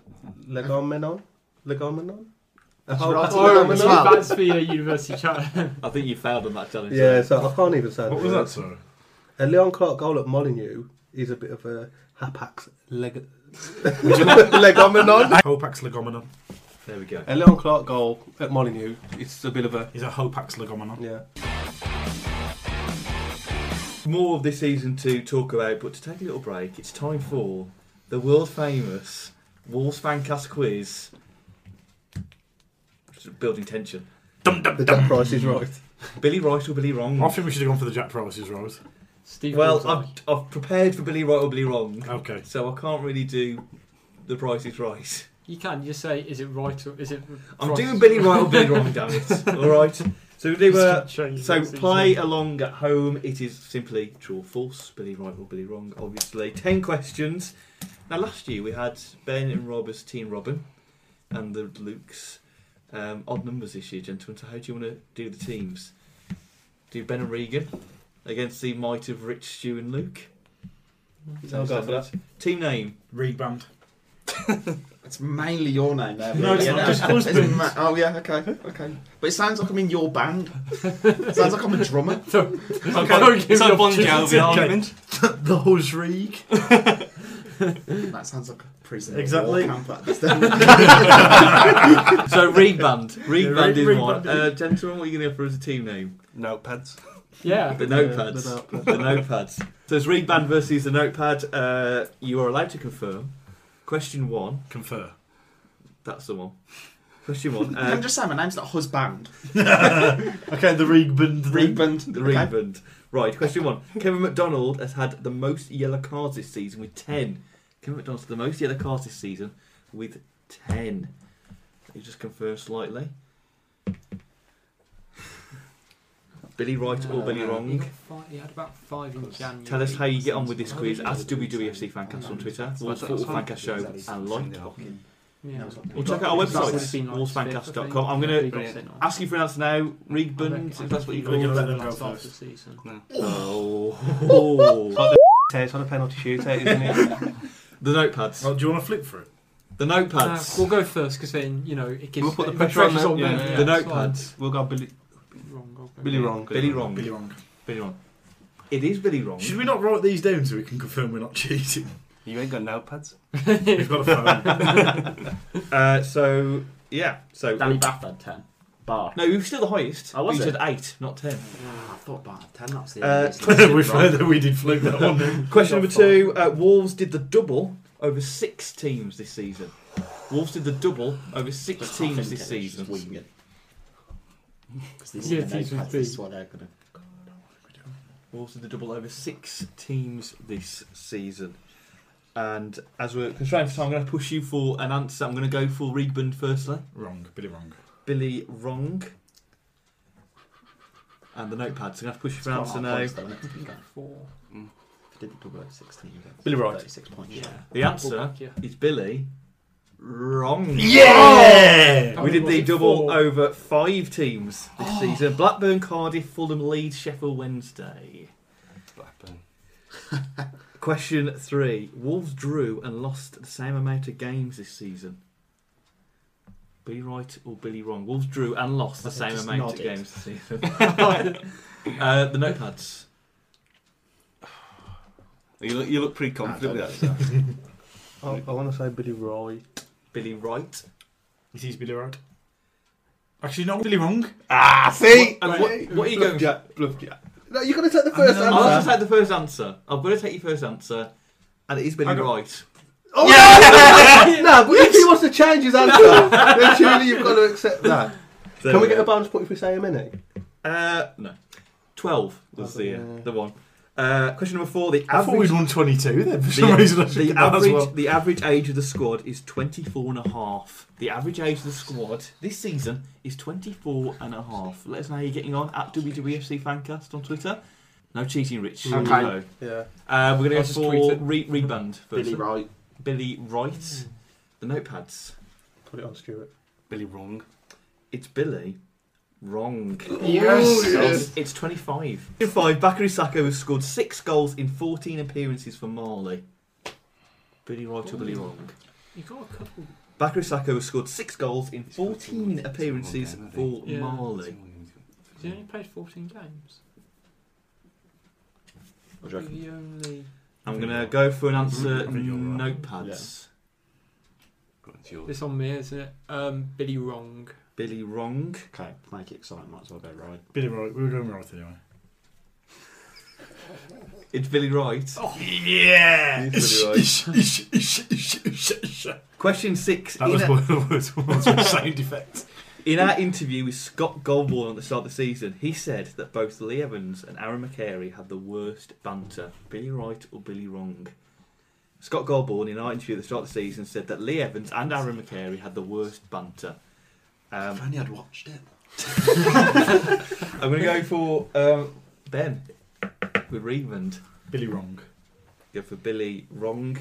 F: Legomenon? Legomenon? A
B: That's
F: how
B: right.
F: Pax
B: Oh,
F: Legomenon?
B: as well.
E: That's for your university chat.
A: I think you failed on that challenge.
F: Yeah, so I can't even say
C: What
F: the
C: was that?
F: words.
C: Sorry.
F: A Leon Clark goal at Molyneux is a bit of a Hapax leg- Legomenon.
C: Hopax Legomenon.
A: There we go.
F: A Leon Clark goal at Molyneux, it's a bit of a.
C: He's a Hopax Legomenon.
F: Yeah.
A: More of this season to talk about, but to take a little break, it's time for the world famous Wolves Fancast quiz. Just building tension.
C: Dum dum
F: The
C: dum.
F: Jack Price is right.
A: Billy Right or Billy Wrong?
C: I think we should have gone for the Jack Prices, right?
E: Steve
A: Well,
E: Bullseye.
A: I've, I've prepared for Billy Right or Billy Wrong,
C: Okay.
A: so I can't really do the Price is Right.
E: you can just say, is it right or is it?
A: I'm
E: right?
A: doing Billy Right or Billy Wrong, damn it. Alright. So we do uh,
E: Change
A: So
E: this
A: play
E: season.
A: along at home. It is simply true or false, Billy right or Billy wrong. Obviously, ten questions. Now, last year we had Ben and Rob as Team Robin, and the Lukes. Um, odd numbers this year, gentlemen. So how do you want to do the teams? Do Ben and Regan against the might of Rich, Stew, and Luke.
F: I'll go for that.
A: Team name.
C: Reed Band.
B: It's mainly your name there.
C: No, it's
B: really,
C: not,
B: isn't
C: just
B: it?
C: husband.
B: Isn't ma- oh yeah, okay, okay. But it sounds like I'm in your band. sounds like I'm a drummer.
E: Don't give
D: It's
E: me
D: a Bon
E: opportunity.
D: Jovi argument.
C: The Hosreek.
B: That sounds like a prison.
C: Exactly.
B: war Camp at this time.
A: So Reed Band. Reed
C: Yeah,
A: Band
C: Reed-
A: is
C: Reed
A: one.
C: Band
A: Uh, gentlemen, what are you going to offer as a team name?
D: Notepads.
E: Yeah.
A: The
F: Yeah,
A: notepads.
F: the notepads.
A: the notepads. So it's Reed Band versus the notepad. Uh, you are allowed to confirm. Question one.
C: Confer.
A: That's the one. Question one.
B: Can I
A: Uh,
B: just say my name's not husband?
C: Okay, the Reegbund.
B: Reedband.
A: the Reed Band. Right. Question one. Kevin McDonald has had the most yellow cards this season with ten. Kevin McDonald's had the most yellow cards this season with ten. You just confirm slightly. Billy right or Billy
E: Um,
A: wrong?
E: He, got five, he had about five in January.
A: Tell us how you get on with this quiz at WWFC Fancast on Twitter, Wolves Football Fancast Show, and like.
E: Yeah.
A: Well, check out our
E: It's
A: website,
E: been like
A: wolvesfancast.com.
E: fifth, I think.
A: I'm gonna-
E: We've got it now.
A: Asking for an answer now,
E: I reckon-
A: Rigbund, if that's what you
E: I reckon
A: call it.
C: We're gonna let them
E: last
C: go
E: half
C: first.
E: the season.
A: Oh.
F: It's on a penalty shootout, isn't it?
A: the notepads.
C: Well, do you want to flip for it?
A: The
E: No,
A: notepads.
E: Ah, Uh, we'll go first because then you know it gives.
A: We'll put the
E: it
A: pressure on
E: pressure's
A: them,
E: on
D: yeah,
E: them.
D: yeah.
A: the
E: it's fine.
A: notepads.
F: we'll go Billy,
E: Wrong, wrong, wrong.
F: Billy Wrong.
A: Billy Wrong.
C: Billy wrong.
A: Billy Wrong. It is Billy Wrong.
C: Should we not write these down so we can confirm we're not cheating?
D: You ain't got notepads.
C: We've got a phone.
A: Uh, so, yeah. So
H: Danny Bath had 10. Bar.
A: No, we were still the highest.
H: Oh, was
A: we
H: it?
A: said eight, not ten.
B: Ah,
H: I thought Bath had 10, that's the
A: Uh,
H: end.
C: we found that we did fluke that one. Then.
A: Question
H: Got
A: number two uh, Wolves did the double over six teams this season. Wolves did the double over six teams this season.
H: Because this
E: Yeah,
H: is the
E: teams
H: notepads,
E: would
H: this is
E: be-
H: what they're going to.
A: Wolves did the double over six teams this season. And as we're constrained for time, I'm going to push you for an answer. I'm going to go for Riegbund firstly.
C: Wrong. Billy wrong.
A: Billy Wrong. And the notepad. So I'm going to have to push you for an answer now.
E: Four.
B: Mm.
H: Did the double at 16. that's
A: Billy Wright.
H: 36 points.
E: Yeah.
A: The answer
E: Yeah.
A: is Billy Wrong.
C: Yeah.
A: We did
E: Was
A: the
E: it
A: double
E: four?
A: over five teams this season. Blackburn, Cardiff, Fulham, Leeds, Sheffield Wednesday.
D: Blackburn.
A: Question three. Wolves drew and lost the same amount of games this season. Billy right or Billy wrong? Wolves drew and lost the
H: I
A: same
H: just
A: amount of
H: nodded.
A: games this season. uh, the notepads.
D: You look, you look pretty confident
H: Nah,
D: with that.
F: I, I want to say Billy Roy.
A: Billy Wright.
C: It is Billy right. Actually, not Billy wrong.
D: ah, see?
A: And what, what are you going for?
F: Jack, bluff Jack. No, you're going to take the first
C: then-
A: I'll have to
F: answer.
A: take the first answer. I'm going to take your first answer, and it is Billy
C: Okay.
A: Wright.
F: Oh, no, but if he wants to change his answer, then surely you've got to accept that. Can we get a bonus point if we say a minute?
A: Uh, no. 12 was the, uh,
F: Yeah.
A: the one. Uh, question number four. The
C: I thought
A: average,
C: we'd won 22 then. For
A: the,
C: some reason, I should
A: the
C: get that
A: average,
C: as well.
A: the average age of the squad is 24 and a half. The average age of the squad this season is 24 and a half. Let us know how you're getting on at WWFC Fancast on Twitter. No cheating, Rich.
H: Okay.
A: No. Uh,
F: Yeah.
A: we're
E: I'll
A: going to
E: just
A: go for
E: tweet it.
A: re- Reband first.
H: Billy Wright.
A: Billy Wright. The notepads.
F: Put it on Stuart.
D: Billy wrong.
A: It's Billy. Wrong.
F: Yes.
A: It's, it's 25. In five, Bakary Sako has scored six goals in 14 appearances for Marley. Billy right or Billy wrong?
E: You got a couple.
A: Bakary Sako has scored six goals in 14
D: It's
A: appearances
D: one game, I
A: for
D: think.
E: Yeah.
A: Marley.
E: Has he only played 14 games?
H: What do you reckon?
E: He only.
A: I'm going to go for an answer
C: I think you're right.
A: notepads.
D: Go on, it's yours.
E: This on me, isn't it? Um, Billy wrong.
A: Billy wrong.
H: Okay, make it exciting, might as well go right.
C: Billy right. We were going right anyway.
A: It's Billy right.
C: Oh, Yeah.
A: It is Billy Question six.
C: That
A: in
C: was
A: a-
C: one of the words words with sound defect.
A: In
H: Mm.
A: our interview with Scott Goldborn at the start of the season, he said that both Lee Evans and Aaron McCary had the worst banter. Billy right or Billy wrong? Scott Goldborn, in our interview at the start of the season, said that Lee Evans and Aaron McCary had the worst banter.
H: If
A: Um,
H: only I'd watched it.
A: I'm going to go for um, Ben with Raymond.
C: Billy wrong.
A: Go for Billy wrong.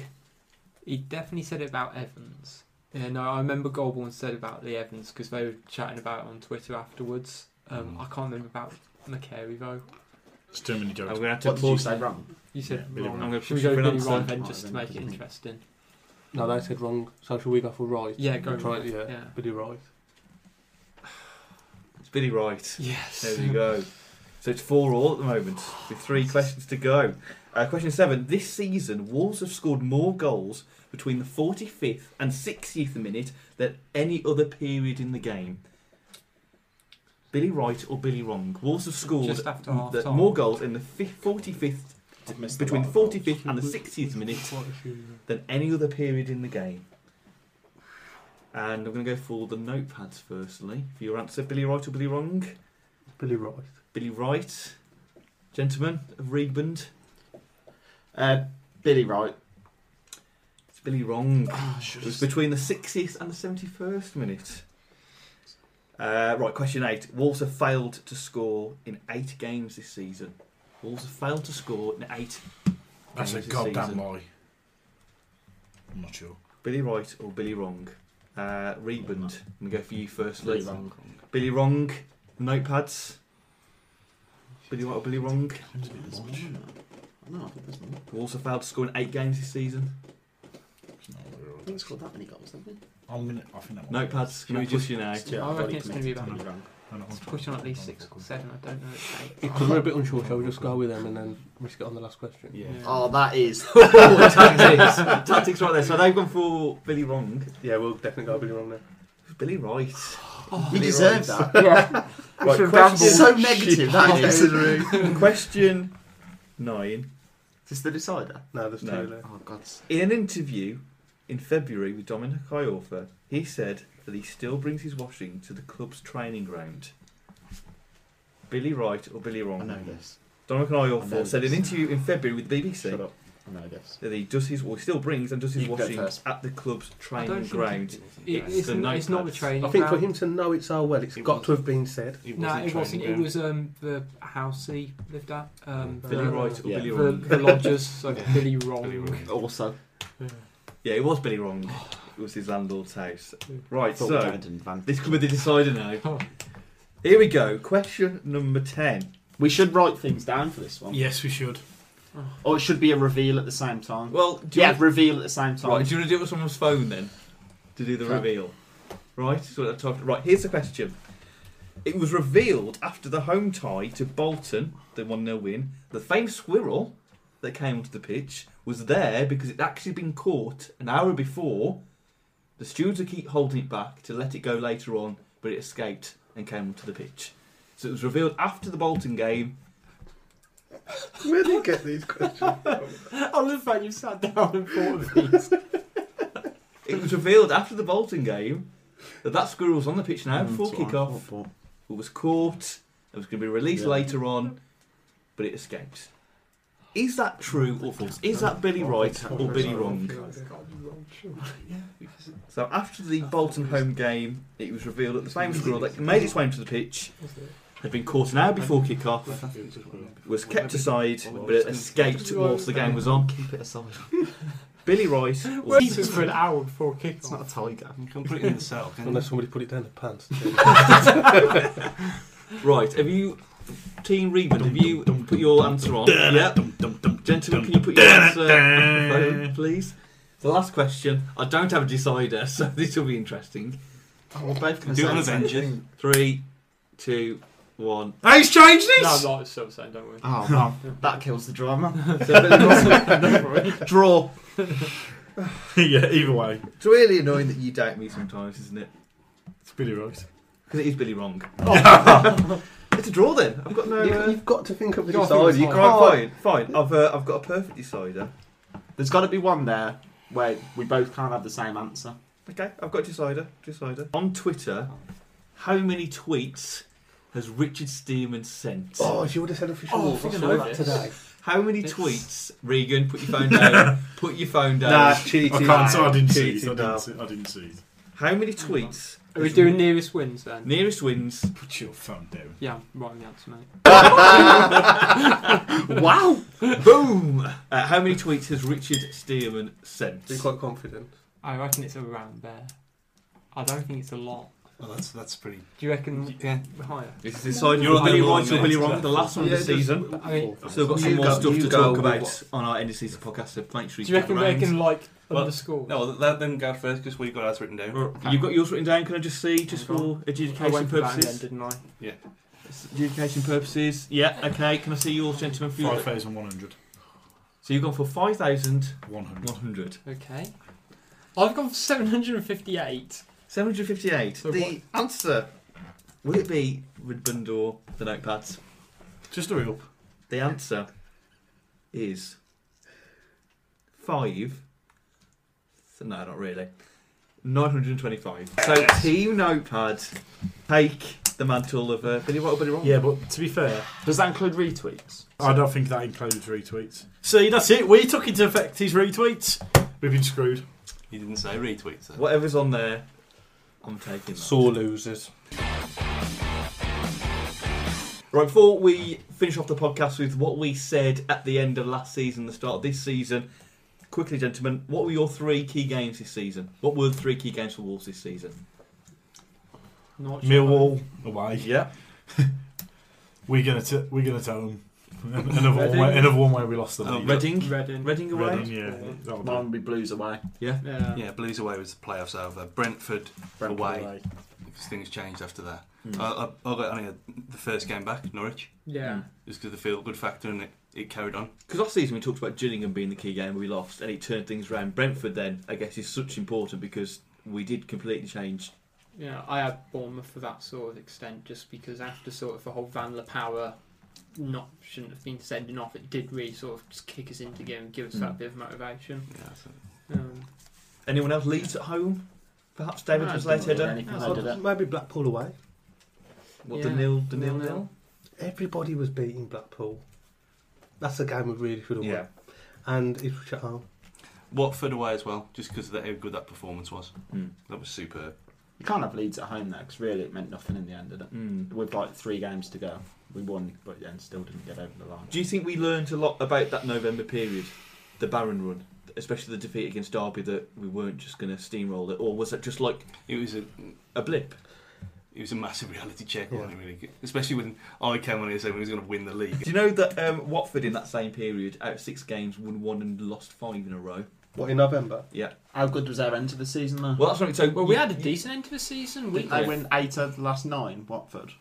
E: He definitely said it about Evans. Yeah, no, I remember Goldborn said about the Evans because they were chatting about it on Twitter afterwards. Um, I can't remember about McCary though.
C: It's too many
A: I'm
C: jokes.
A: going to have to
H: What did you
A: pause.
H: say wrong?
E: You said
C: Yeah, Billy
E: wrong.
C: wrong.
A: I'm gonna
E: Should we
A: push
E: go
A: for an
E: Billy
A: answer.
E: wrong then, just to
H: Right,
E: make
H: then,
E: it
H: doesn't it?
E: interesting?
F: No, they said wrong. So should we go for Roy?
E: Yeah, go
F: Try
E: right.
F: it, yeah.
E: yeah.
F: Billy Roy.
A: It's Billy right.
E: Yes.
A: There we go. So it's four all at the moment, with three questions to go. Uh, question seven. This season, Wolves have scored more goals between the 45th and 60th minute than any other period in the game. Billy right or Billy wrong? Wolves have scored
E: Just after half
A: that
E: time.
A: more goals in the fif- 45th,
H: I've missed
A: between the
H: the lot of
A: 45th and the 60th minute than any other period in the game. And I'm going to go for the notepads firstly. For your answer, Billy right or Billy wrong?
F: Billy Roy.
A: Billy Wright, gentlemen of Regbund.
H: goals. Uh, Billy Wright.
A: It's Billy Wrong.
H: should
A: It was between the 60th and the 71st minute. Uh, right, question eight. Wolves have failed to score in eight games this season. Wolves have failed to score in eight.
C: That's a
A: games this
C: goddamn
A: season.
C: lie. I'm not sure.
A: Billy Wright or Billy Wrong? Uh, Rebund. I'm going to go for you first, Lee.
B: Billy Wrong.
A: Billy Wrong. Notepads. Billy, what, Billy Wrong.
B: No, I think there's more.
A: Who also failed to score in eight games this season.
B: I think it's called that many goals, haven't we?
C: I'm gonna. I think that one-
A: Notepads. Can
D: Can
A: we
D: we
A: just, you now?
E: I
B: I've
E: reckon
B: already
E: it's gonna
B: committed
E: be about-
B: Billy Wrong.
C: No, no, I'm
E: It's
C: sorry.
E: pushing on at least six or seven. I don't know. It's eight.
F: Because we're a bit unsure, shall we just go with them and then risk it on the last question?
D: Yeah.
B: Oh, that is.
A: tactics. tactics right there. So they've gone for Billy Wrong.
F: Yeah, we'll definitely go Billy Wrong now.
A: Billy Right.
B: You deserve that.
E: yeah.
A: Right,
B: It's so negative, that is.
A: question nine.
B: Is this the decider?
F: No, there's two
A: No.
F: there.
B: Oh, God.
A: In an interview in February with Dominic Iorfa, he said that he still brings his washing to the club's training ground. Billy Wright or Billy
B: I
A: Wrong?
B: know this.
A: Dominic
B: I know
A: Iorfa said in an
B: this.
A: interview in February with the BBC
B: Shut up. I know this.
A: that he does his well, he still brings and does his
B: You go
A: washing
B: first.
A: at the club's
E: I
A: training
E: don't think
A: ground.
E: it- it- it's,
A: the
E: n- it's not the
A: notepads.
E: training.
F: I think for
E: ground.
F: him to know it so well, it's
D: It
F: got
D: was-
F: to have been said.
D: It
E: No, it wasn't. It
D: training
E: was um, the house he lived at. Um,
A: Billy
E: the,
A: Wright or
B: Yeah.
A: Billy
E: the,
A: Wrong?
E: the lodgers. So Billy
D: ground. Billy
E: Wrong.
D: Wrong.
B: Also,
A: Yeah, it was Billy Wrong. It was his landlord's house.
B: I
A: Right,
B: thought
A: so
B: Brandon Van.
A: this could be the decider now.
E: Oh.
A: Here we go. Question number ten.
B: We should write things down for this one.
C: Yes, we should.
B: Or it should be a reveal at the same time.
A: Well, do you
B: yeah, reveal at the same time.
A: Right, do you want to do it with someone's phone then? To do the
B: Okay.
A: reveal. Right? So I typed- right, here's the question. It was revealed after the home tie to Bolton, the 1 0 win, the famed squirrel that came onto the pitch was there because it'd actually been caught an hour before. The stewards would keep holding it back to let it go later on, but it escaped and came onto the pitch. So it was revealed after the Bolton game.
F: Where do you get these questions?
E: I love the fact you sat down and thought of these.
A: It was revealed after the Bolton game that that squirrel was on the pitch an hour
B: Mm,
A: before kick off.
B: Football.
A: It was caught. It was going to be released
B: Yeah.
A: later on, but it escaped. Is that true or false? Is that Billy
B: Oh,
A: right or Billy wrong? So after the Bolton home game, it was revealed that the same squirrel that made its way into the pitch had been caught an hour before kick-off, was kept aside, but it escaped whilst the game was on.
B: Keep it aside.
A: Billy Rice.
E: Waited for an hour before kick
B: It's not a tiger.
D: You can put it in the cell. Can you?
F: Unless somebody put it down the pants.
A: Right, have you, Team Rebond, have you put your answer on? Yep. Gentlemen, can you put your answer on the phone, please? The last question. I don't have a decider, so this will be interesting.
B: Oh, we're both going
D: Do it on
B: to
D: his
B: say.
D: engine.
A: Three, two, one.
C: Hey, he's changed this.
E: No, I'm not. It's still saying, don't worry.
B: Oh, well, that kills the drama.
A: So, Billy Ross-
B: Draw.
C: yeah, either way,
A: it's really annoying that you doubt me sometimes, isn't it?
C: it's Billy Rice.
A: Because it is Billy wrong. Oh. it's a draw then. I've got no. Uh,
F: You've got to think of the
E: You've got to
F: decider. You
E: think of
F: can't.
A: right, fine, fine. I've uh, I've got a perfect decider.
B: There's got to be one there where we both can't have the same answer.
A: Okay, I've got a decider. Decider on Twitter. How many tweets has Richard Stearman sent?
F: Oh, she would have said official.
E: Oh,
F: rules.
E: I
F: I
E: think I
F: saw
E: know
F: that
E: this.
F: today.
A: How many
E: It's-
A: tweets? Regan, put your phone down. put your phone down.
F: Nah, cheating.
C: I can't. So I didn't see.
A: Cheated,
C: it. I
A: no.
C: didn't see. I didn't see. it.
A: How many tweets?
E: Are we
A: is-
E: doing nearest wins then?
A: nearest wins?
C: Put your phone down.
E: Yeah, I'm writing the answer, mate.
B: Wow!
A: Boom! Uh, how many tweets has Richard Stearman sent?
F: Be quite confident.
E: I reckon it's around there. I don't think it's a lot.
C: Oh,
D: Well, that's that's pretty.
E: Do you reckon
D: Yeah.
E: higher?
A: This is decided
D: You're
A: you're
D: on
A: Billy
D: the
A: right
D: wrong
A: or Billy
D: minute.
A: wrong. The last one of the season.
E: I mean,
A: So we've got some
F: You
A: more
F: go-
A: stuff
F: you
A: to
F: go
A: talk
F: with
A: about
F: what?
A: on our end of season podcast. So make sure
E: do
A: you,
E: you reckon
A: get
E: they can like
D: Well,
E: underscore?
D: No, let them go first because we got ours written down.
A: around. You've got yours written down. Can I just see, just
E: Hang
A: for
E: on. I
A: education
E: went for that in the
A: purposes?
E: end, didn't I?
A: Education purposes. Yeah. Okay. Can I see yours, gentlemen? For
C: Five
A: your...
C: thousand one hundred.
A: So you've gone for five thousand
C: One hundred.
A: one hundred.
E: Okay. I've gone for 758.
A: 758.
E: So
A: the answer. Would it be Ridbund or the notepads?
C: Just hurry up.
A: The answer is five. So no, not really. 925. So Team Notepad take the mantle of uh, Billy What Billy Wrong.
C: Yeah, but to be fair,
B: Does that include retweets?
C: I don't think that includes retweets. See, that's it. We took into effect his retweets. We've been screwed.
D: You didn't say retweets. Though.
A: Whatever's on there, I'm taking that.
F: losers.
A: Right, before we finish off the podcast with what we said at the end of last season, the start of this season, quickly, gentlemen, what were your three key games this season? What were the three key games for Wolves this season?
E: Not sure.
C: Millwall away.
A: Yeah.
C: We're gonna t- we're gonna tell them another one
E: Reading.
C: way, another one way we lost the
D: Oh,
C: league.
A: Reading?
E: Reading.
A: Reading away?
C: Reading, yeah, that'll do.
B: Mine would be Blues away.
E: Yeah.
D: Yeah, Blues away was the playoffs over. Brentford,
B: Brentford
D: Away.
B: away.
D: because things changed after that. I, I, I got only the first game back, Norwich,
E: Yeah.
D: just because the feel good factor and it, it carried on.
A: Because last season we talked about Gillingham being the key game we lost, and it turned things round. Brentford then, I guess, is such important because we did completely change.
E: Yeah, I had Bournemouth for that sort of extent, just because after sort of the whole Van La Power not shouldn't have been sending off, it did really sort of just kick us into gear and give us that bit of motivation.
D: Yeah, so.
E: Um,
A: Anyone else Leeds at home? Perhaps David
E: No,
A: was
E: I didn't
A: late header.
B: Anything they did it.
F: Maybe Blackpool away.
A: What the
E: Yeah.
A: nil? The nil
E: Nil-nil.
A: nil.
F: Everybody was beating Blackpool. That's a game we really should have won. And Ipswich at home.
D: Watford away as well, just because of the, how good that performance was.
A: Mm.
D: That was superb.
B: You can't have Leeds at home though, because really it meant nothing in the end, did it?
A: Mm.
B: With like three games to go, we won, but then still didn't get over the line.
A: Do you think we learnt a lot about that November period, the Baron run, especially the defeat against Derby, that we weren't just going to steamroll it, or was it just like
D: It was a
A: a blip?
D: it was a massive reality check, wasn't it? Really, especially when I came on here saying we was going to win the league.
A: Do you know that um, Watford in that same period, out of six games, won one and lost five in a row?
F: What, in November?
A: Yeah.
B: How good was their end to the season though?
A: Well, that's what I'm saying.
E: well, we had a decent end to the season. We,
B: Didn't they win eight of the last nine, Watford?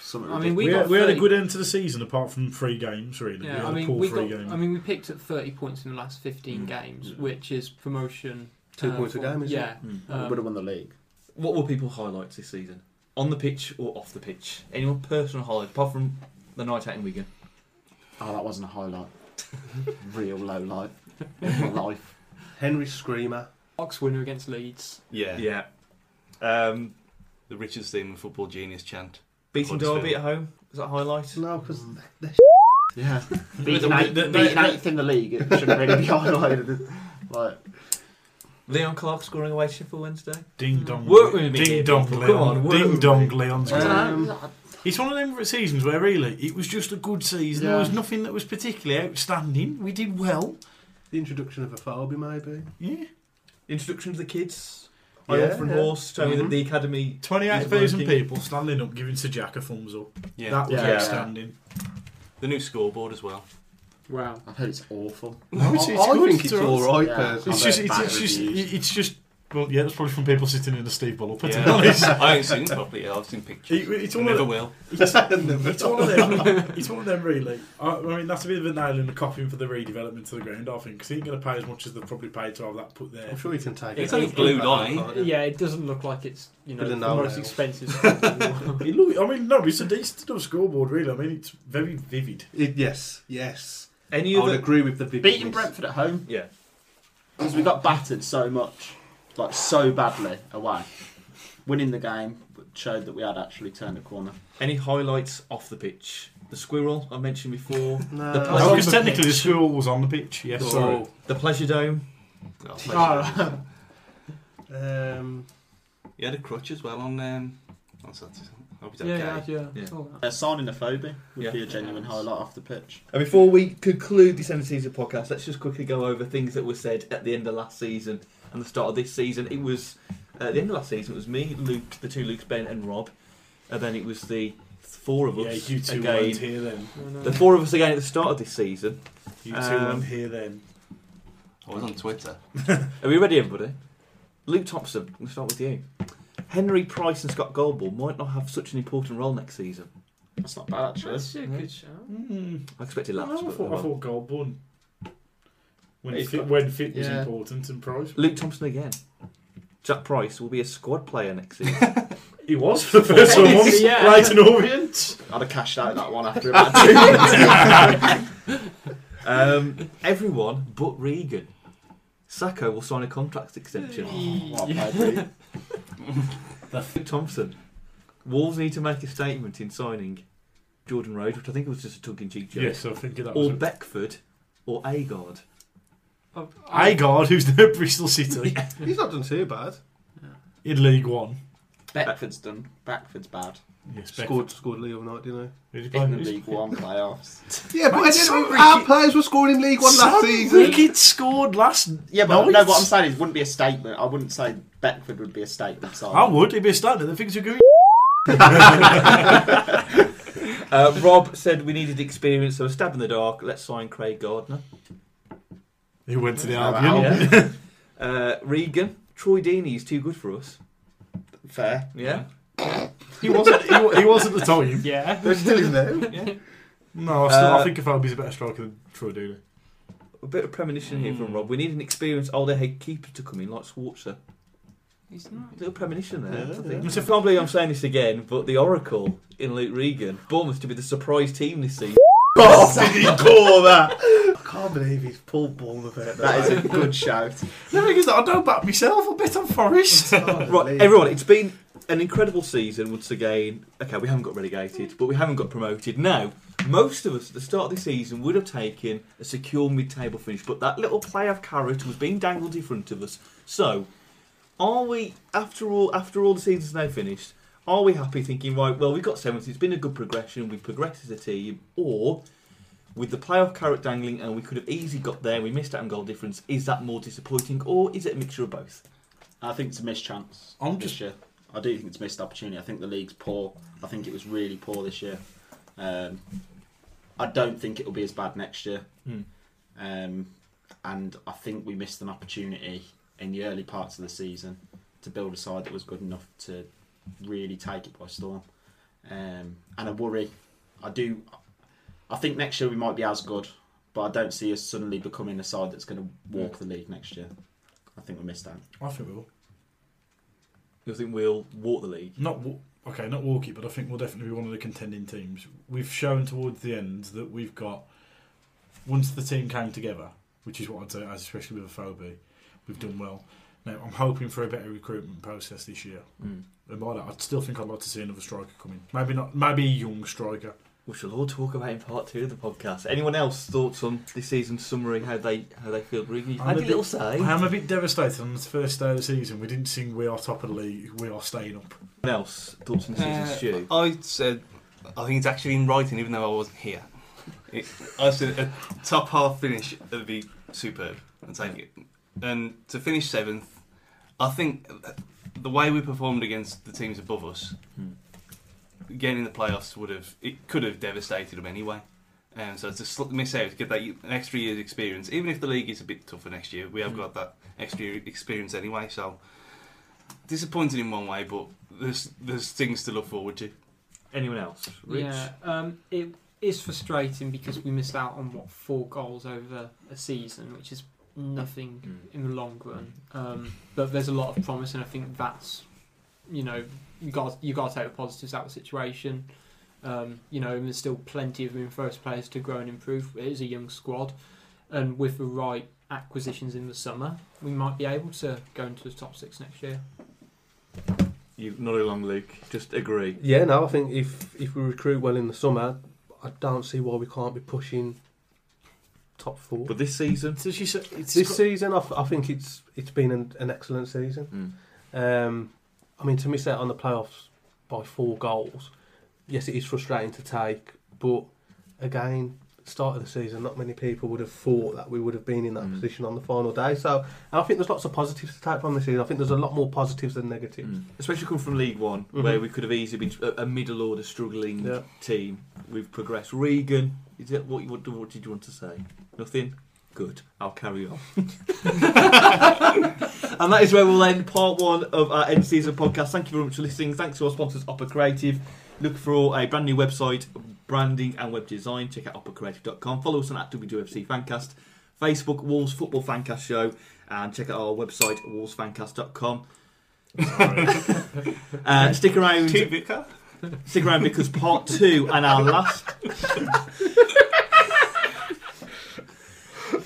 B: Something
E: I mean,
C: We,
E: We
C: had,
E: got
C: we had a
E: three.
C: good end to the season, apart from three games. Really, we
E: yeah,
C: had
E: I
C: a
E: mean,
C: poor
E: we
C: three
E: got,
C: games.
E: I mean, we picked up thirty points in the last fifteen
B: Mm.
E: games,
B: Yeah.
E: which is promotion.
F: Two
E: uh,
F: points a
E: for-
F: game, isn't
E: yeah.
A: Mm.
B: we
E: um,
B: would have won the league.
A: What were people's highlights this season? On the pitch or off the pitch? Anyone personal highlight apart from the night out in Wigan?
B: Oh, that wasn't a highlight. Real low light. life.
F: Henry Screamer.
E: Ox winner against Leeds.
D: Yeah,
A: Yeah. Um,
D: the Richards theme and football genius chant.
A: beating
D: Huddersfield.
A: Derby at home was that a highlight?
F: No, because
C: Mm.
B: Yeah. Beating eight-
C: the- the-
B: beating
C: the-
B: eighth in the league, it shouldn't really be highlighted. Like,
A: Leon Clark scoring away at Sheffield Wednesday.
C: Ding dong,
A: Work with me,
C: ding
A: Dave.
C: dong,
A: Come
C: Leon.
A: on, work with
C: ding
A: me.
C: dong, Leon's.
F: Um,
C: It's one of them seasons where really it was just a good season. There
B: Yeah.
C: was nothing that was particularly outstanding. We did well.
F: the introduction of a phobia, maybe.
C: Yeah,
A: Introduction to the kids. My
F: Yeah,
A: orphan
F: yeah. Mm-hmm.
A: horse told me that
C: Mhm.
A: the academy.
C: twenty-eight
A: He's
C: thousand
A: working.
C: people standing up giving Sir Jack a thumbs up.
D: Yeah,
C: That was
B: Yeah.
C: outstanding.
D: the new scoreboard as well.
E: Wow.
B: I've heard it's awful.
C: No, it's, it's
F: I
C: good
F: think it's
C: to us.
F: all right,
B: Yeah.
F: personally.
C: It's
B: I've
C: just,
B: heard
C: it's,
B: bad
C: it's just,
B: reviews.
C: it's just. Well, yeah, that's probably from people sitting in the Steve Ball up.
D: Yeah. I ain't seen it properly. I've seen pictures.
C: It- it's
D: I
C: all
D: never
C: right.
D: will.
C: It's, it's one of them. It's one of them, really. I, I mean, that's a bit of a nail in the coffin for the redevelopment of the ground. I think because he ain't going to pay as much as they probably paid to have that put there.
F: I'm sure you can take
D: It's
F: it.
D: only glued on,
F: Can't you?
E: Yeah, it doesn't look like it's you know
F: With a
E: the
F: no-no.
E: most expensive.
C: It look, I mean, no, it's a decent enough scoreboard, really. I mean, it's very vivid.
F: It- yes, yes.
A: Any
F: I would
A: other?
F: agree with the vividness.
B: Beating Brentford at home,
A: Yeah.
B: because we got battered so much, like so badly away. Winning the game showed that we had actually turned a corner.
A: Any highlights off the pitch? The squirrel I mentioned before.
F: No.
A: The
C: No,
A: pleasure,
C: because technically the school was on the pitch. Yes,
A: Oh, the pleasure dome.
D: Oh,
E: Ah.
C: Oh.
F: Um,
D: He had a crutch as well on um, on Saturday. I hope he's okay.
E: yeah, yeah,
A: Yeah.
E: yeah. It's all right.
B: Uh, signing a phobia would
A: Yeah.
B: be a genuine highlight off the pitch.
A: And before we conclude this end of season podcast, let's just quickly go over things that were said at the end of last season and the start of this season. It was uh, at the end of last season. It was me, Luke, the two Lukes, Ben, and Rob, and then it was the four of
C: Yeah,
A: us
C: you 2
A: again.
C: weren't here then.
A: The four of us again at the start of this season.
C: You two
A: Um,
C: weren't here then.
D: I was on Twitter.
A: Are we ready, everybody? Luke Thompson, we'll start with you. Henry Price and Scott Goldball might not have such an important role next season.
B: That's not bad actually.
E: That's a good shout.
C: Mm.
A: I expected
C: I,
A: laughs.
C: thought, I
A: but oh well.
C: thought Goldborn when
A: He's
C: fit,
A: got-
C: when fit was
B: Yeah.
C: important and price.
A: Luke Thompson again. Jack Price will be a squad player next season.
C: He was for the first four months.
E: Yeah.
C: Right in Orient.
B: I'd have cashed out that one after about two minutes.
A: um, everyone but Regan. Sacco will sign a contract extension.
B: What a play, dude.
A: Luke Thompson. Wolves need to make a statement in signing Jordan Rhodes, which I think was just a tongue in cheek joke.
C: Yes, I think that was.
A: Or
C: a-
A: Beckford or Agard.
E: Oh,
C: Agard, who's the Bristol City
F: he's not done too bad.
C: in League One.
H: Beckford's done. Beckford's bad.
C: Yes,
F: Scored, scored Leo night, didn't he?
C: Who's he
H: In
C: playing?
H: the
C: Who's-
H: League One playoffs.
F: Yeah, but
C: Mate,
F: again,
C: sorry.
F: our players were scoring in League One last
C: Sam
F: season.
C: Ricketts scored last.
H: Yeah, but
C: night.
H: no, what I'm saying is, wouldn't be a statement. I wouldn't say Beckford would be a statement. Sorry.
C: I would. It'd be a standard. The things are good.
A: Uh, Rob said we needed experience, so a stab in the dark. Let's sign Craig Gardner.
C: He went to the
H: Wow.
C: Albion.
A: Yeah. uh, Regan. Troy Deeney is too good for us.
H: Fair.
A: Yeah.
C: He wasn't. He, wa- he wasn't the time.
E: Yeah.
F: They're still in there.
C: No, I, still,
A: Uh,
C: I think if Albi's a better striker than Troy Deeney.
A: A bit of premonition here from
D: Hmm.
A: Rob. We need an experienced older head keeper to come in, like Schwarzer.
E: He's not.
A: little premonition there.
C: Yeah,
A: I think.
C: yeah.
A: So probably I'm saying this again, but the Oracle in Luke Regan, Bournemouth to be the surprise team this season.
H: Oh, did he call that?
F: I can't believe he's pulled ball of it.
H: That is a good shout.
C: No, because I don't back myself. I bet on Forest.
A: Right, everyone, it's been an incredible season once again. Okay, we haven't got relegated, but we haven't got promoted. Now, most of us at the start of the season would have taken a secure mid table finish, but that little playoff carrot was being dangled in front of us. So, are we, after all, after all the season's now finished, are we happy thinking, right, well, we've got 70, it's been a good progression, we've progressed as a team, or with the playoff carrot dangling and we could have easily got there, we missed out on goal difference, is that more disappointing, or is it a mixture of both?
H: I think it's a missed chance
C: I'm
H: this
C: just-
H: year. I do think it's a missed opportunity. I think the league's poor. I think it was really poor this year. Um, I don't think it'll be as bad next year.
A: Hmm.
H: Um, and I think we missed an opportunity in the early parts of the season to build a side that was good enough to really take it by storm. Um, and I worry. I do. I think next year we might be as good, but I don't see us suddenly becoming a side that's going to walk the league next year. I think we missed out.
C: I think we will.
A: You think we'll walk the league?
C: Not wa- okay, not walkie, but I think we'll definitely be one of the contending teams. We've shown towards the end that we've got once the team came together, which is what I'd say, as especially with a phobia, we've done well. Now I'm hoping for a better recruitment process this year, and by that, I still think I'd like to see another striker coming. Maybe not, maybe a young striker.
A: We shall all talk about in part two of the podcast. Anyone else thoughts on this season's summary? How they how they feel? Regan, you
C: I'm
A: had
C: a
A: a
C: bit-
A: little say.
C: I am a bit devastated on the first day of the season. We didn't sing "We are top of the league, we are staying up."
A: Anyone else thoughts on the season,
D: Uh,
A: Stu?
D: I said, I think it's actually in writing, even though I wasn't here. It, I said a top half finish would be superb. and take it. And to finish seventh, I think the way we performed against the teams above us,
A: Hmm.
D: getting the playoffs would have it could have devastated them anyway. Um, so to sl- miss out, get that y- an extra year's experience, even if the league is a bit tougher next year, we have
A: Hmm.
D: got that extra year experience anyway. So disappointed in one way, but there's there's things to look forward to.
A: Anyone else? Rich.
E: Yeah. Um, it is frustrating because we missed out on what four goals over a season, which is nothing
A: Mm.
E: in the long run. Um, but there's a lot of promise, and I think that's you know you got you got to take the positives out of the situation. Um, you know, and there's still plenty of room for us players to grow and improve. It is a young squad, and with the right acquisitions in the summer, we might be able to go into the top six next year.
A: You nodded along, Luke. Just agree.
F: Yeah, no, I think if if we recruit well in the summer, I don't see why we can't be pushing top four.
A: But this season,
C: So she said, it's
F: this
C: got-
F: season, I, f- I think it's it's been an, an excellent season.
A: mm.
F: Um, I mean, to miss out on the playoffs by four goals, yes, it is frustrating to take. But again, start of the season, not many people would have thought that we would have been in that
A: Mm.
F: position on the final day. So, and I think there's lots of positives to take from this season. I think there's a lot more positives than negatives.
A: mm. especially come from League One,
F: Mhm.
A: where we could have easily been a- a middle order struggling
F: Yeah.
A: team. We've progressed. Regan, is it what you want? What did you want to say? Nothing. Good. I'll carry on. and that is where we'll end part one of our end season podcast. Thank you very much for listening. Thanks to our sponsors, Opera Creative. Look for a brand new website, branding and web design. Check out operacreative.com. Follow us on at WWFC Fancast, Facebook, Wolves Football Fancast Show, and check out our website, wolvesfancast.com. uh, stick around. Stick around because part two and our last.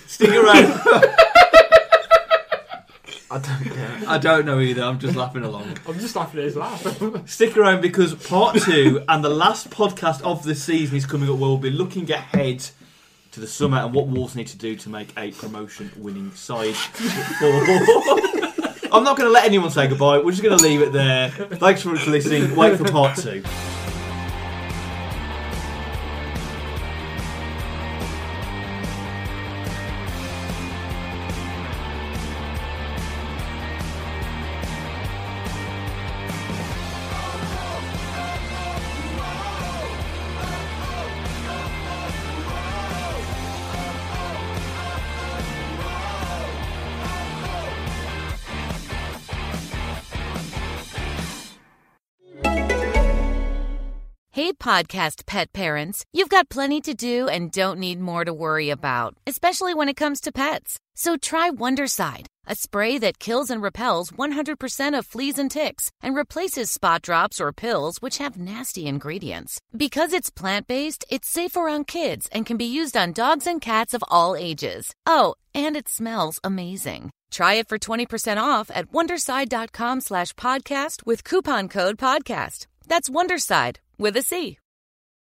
A: Stick around.
F: I don't care.
A: I don't know either. I'm just laughing along.
E: I'm just laughing at his laugh.
A: Stick around because part two and the last podcast of the season is coming up where we'll be looking ahead to the summer and what Wolves need to do to make a promotion winning side. For
B: I'm not going to let anyone say goodbye. We're just going to leave it there. Thanks so much for listening. Wait for part two.
A: Hey, podcast pet parents, you've got plenty to do and don't need more to worry about, especially when it comes to pets. So try Wonderside, a spray that kills and repels 100% of fleas and ticks and replaces spot drops or pills which have nasty ingredients. Because it's plant based, it's safe around kids and can be used on dogs and cats of all ages. Oh, and it smells amazing. Try it for 20% off at wonderside.com slash podcast with coupon code podcast. That's Wonderside with a C.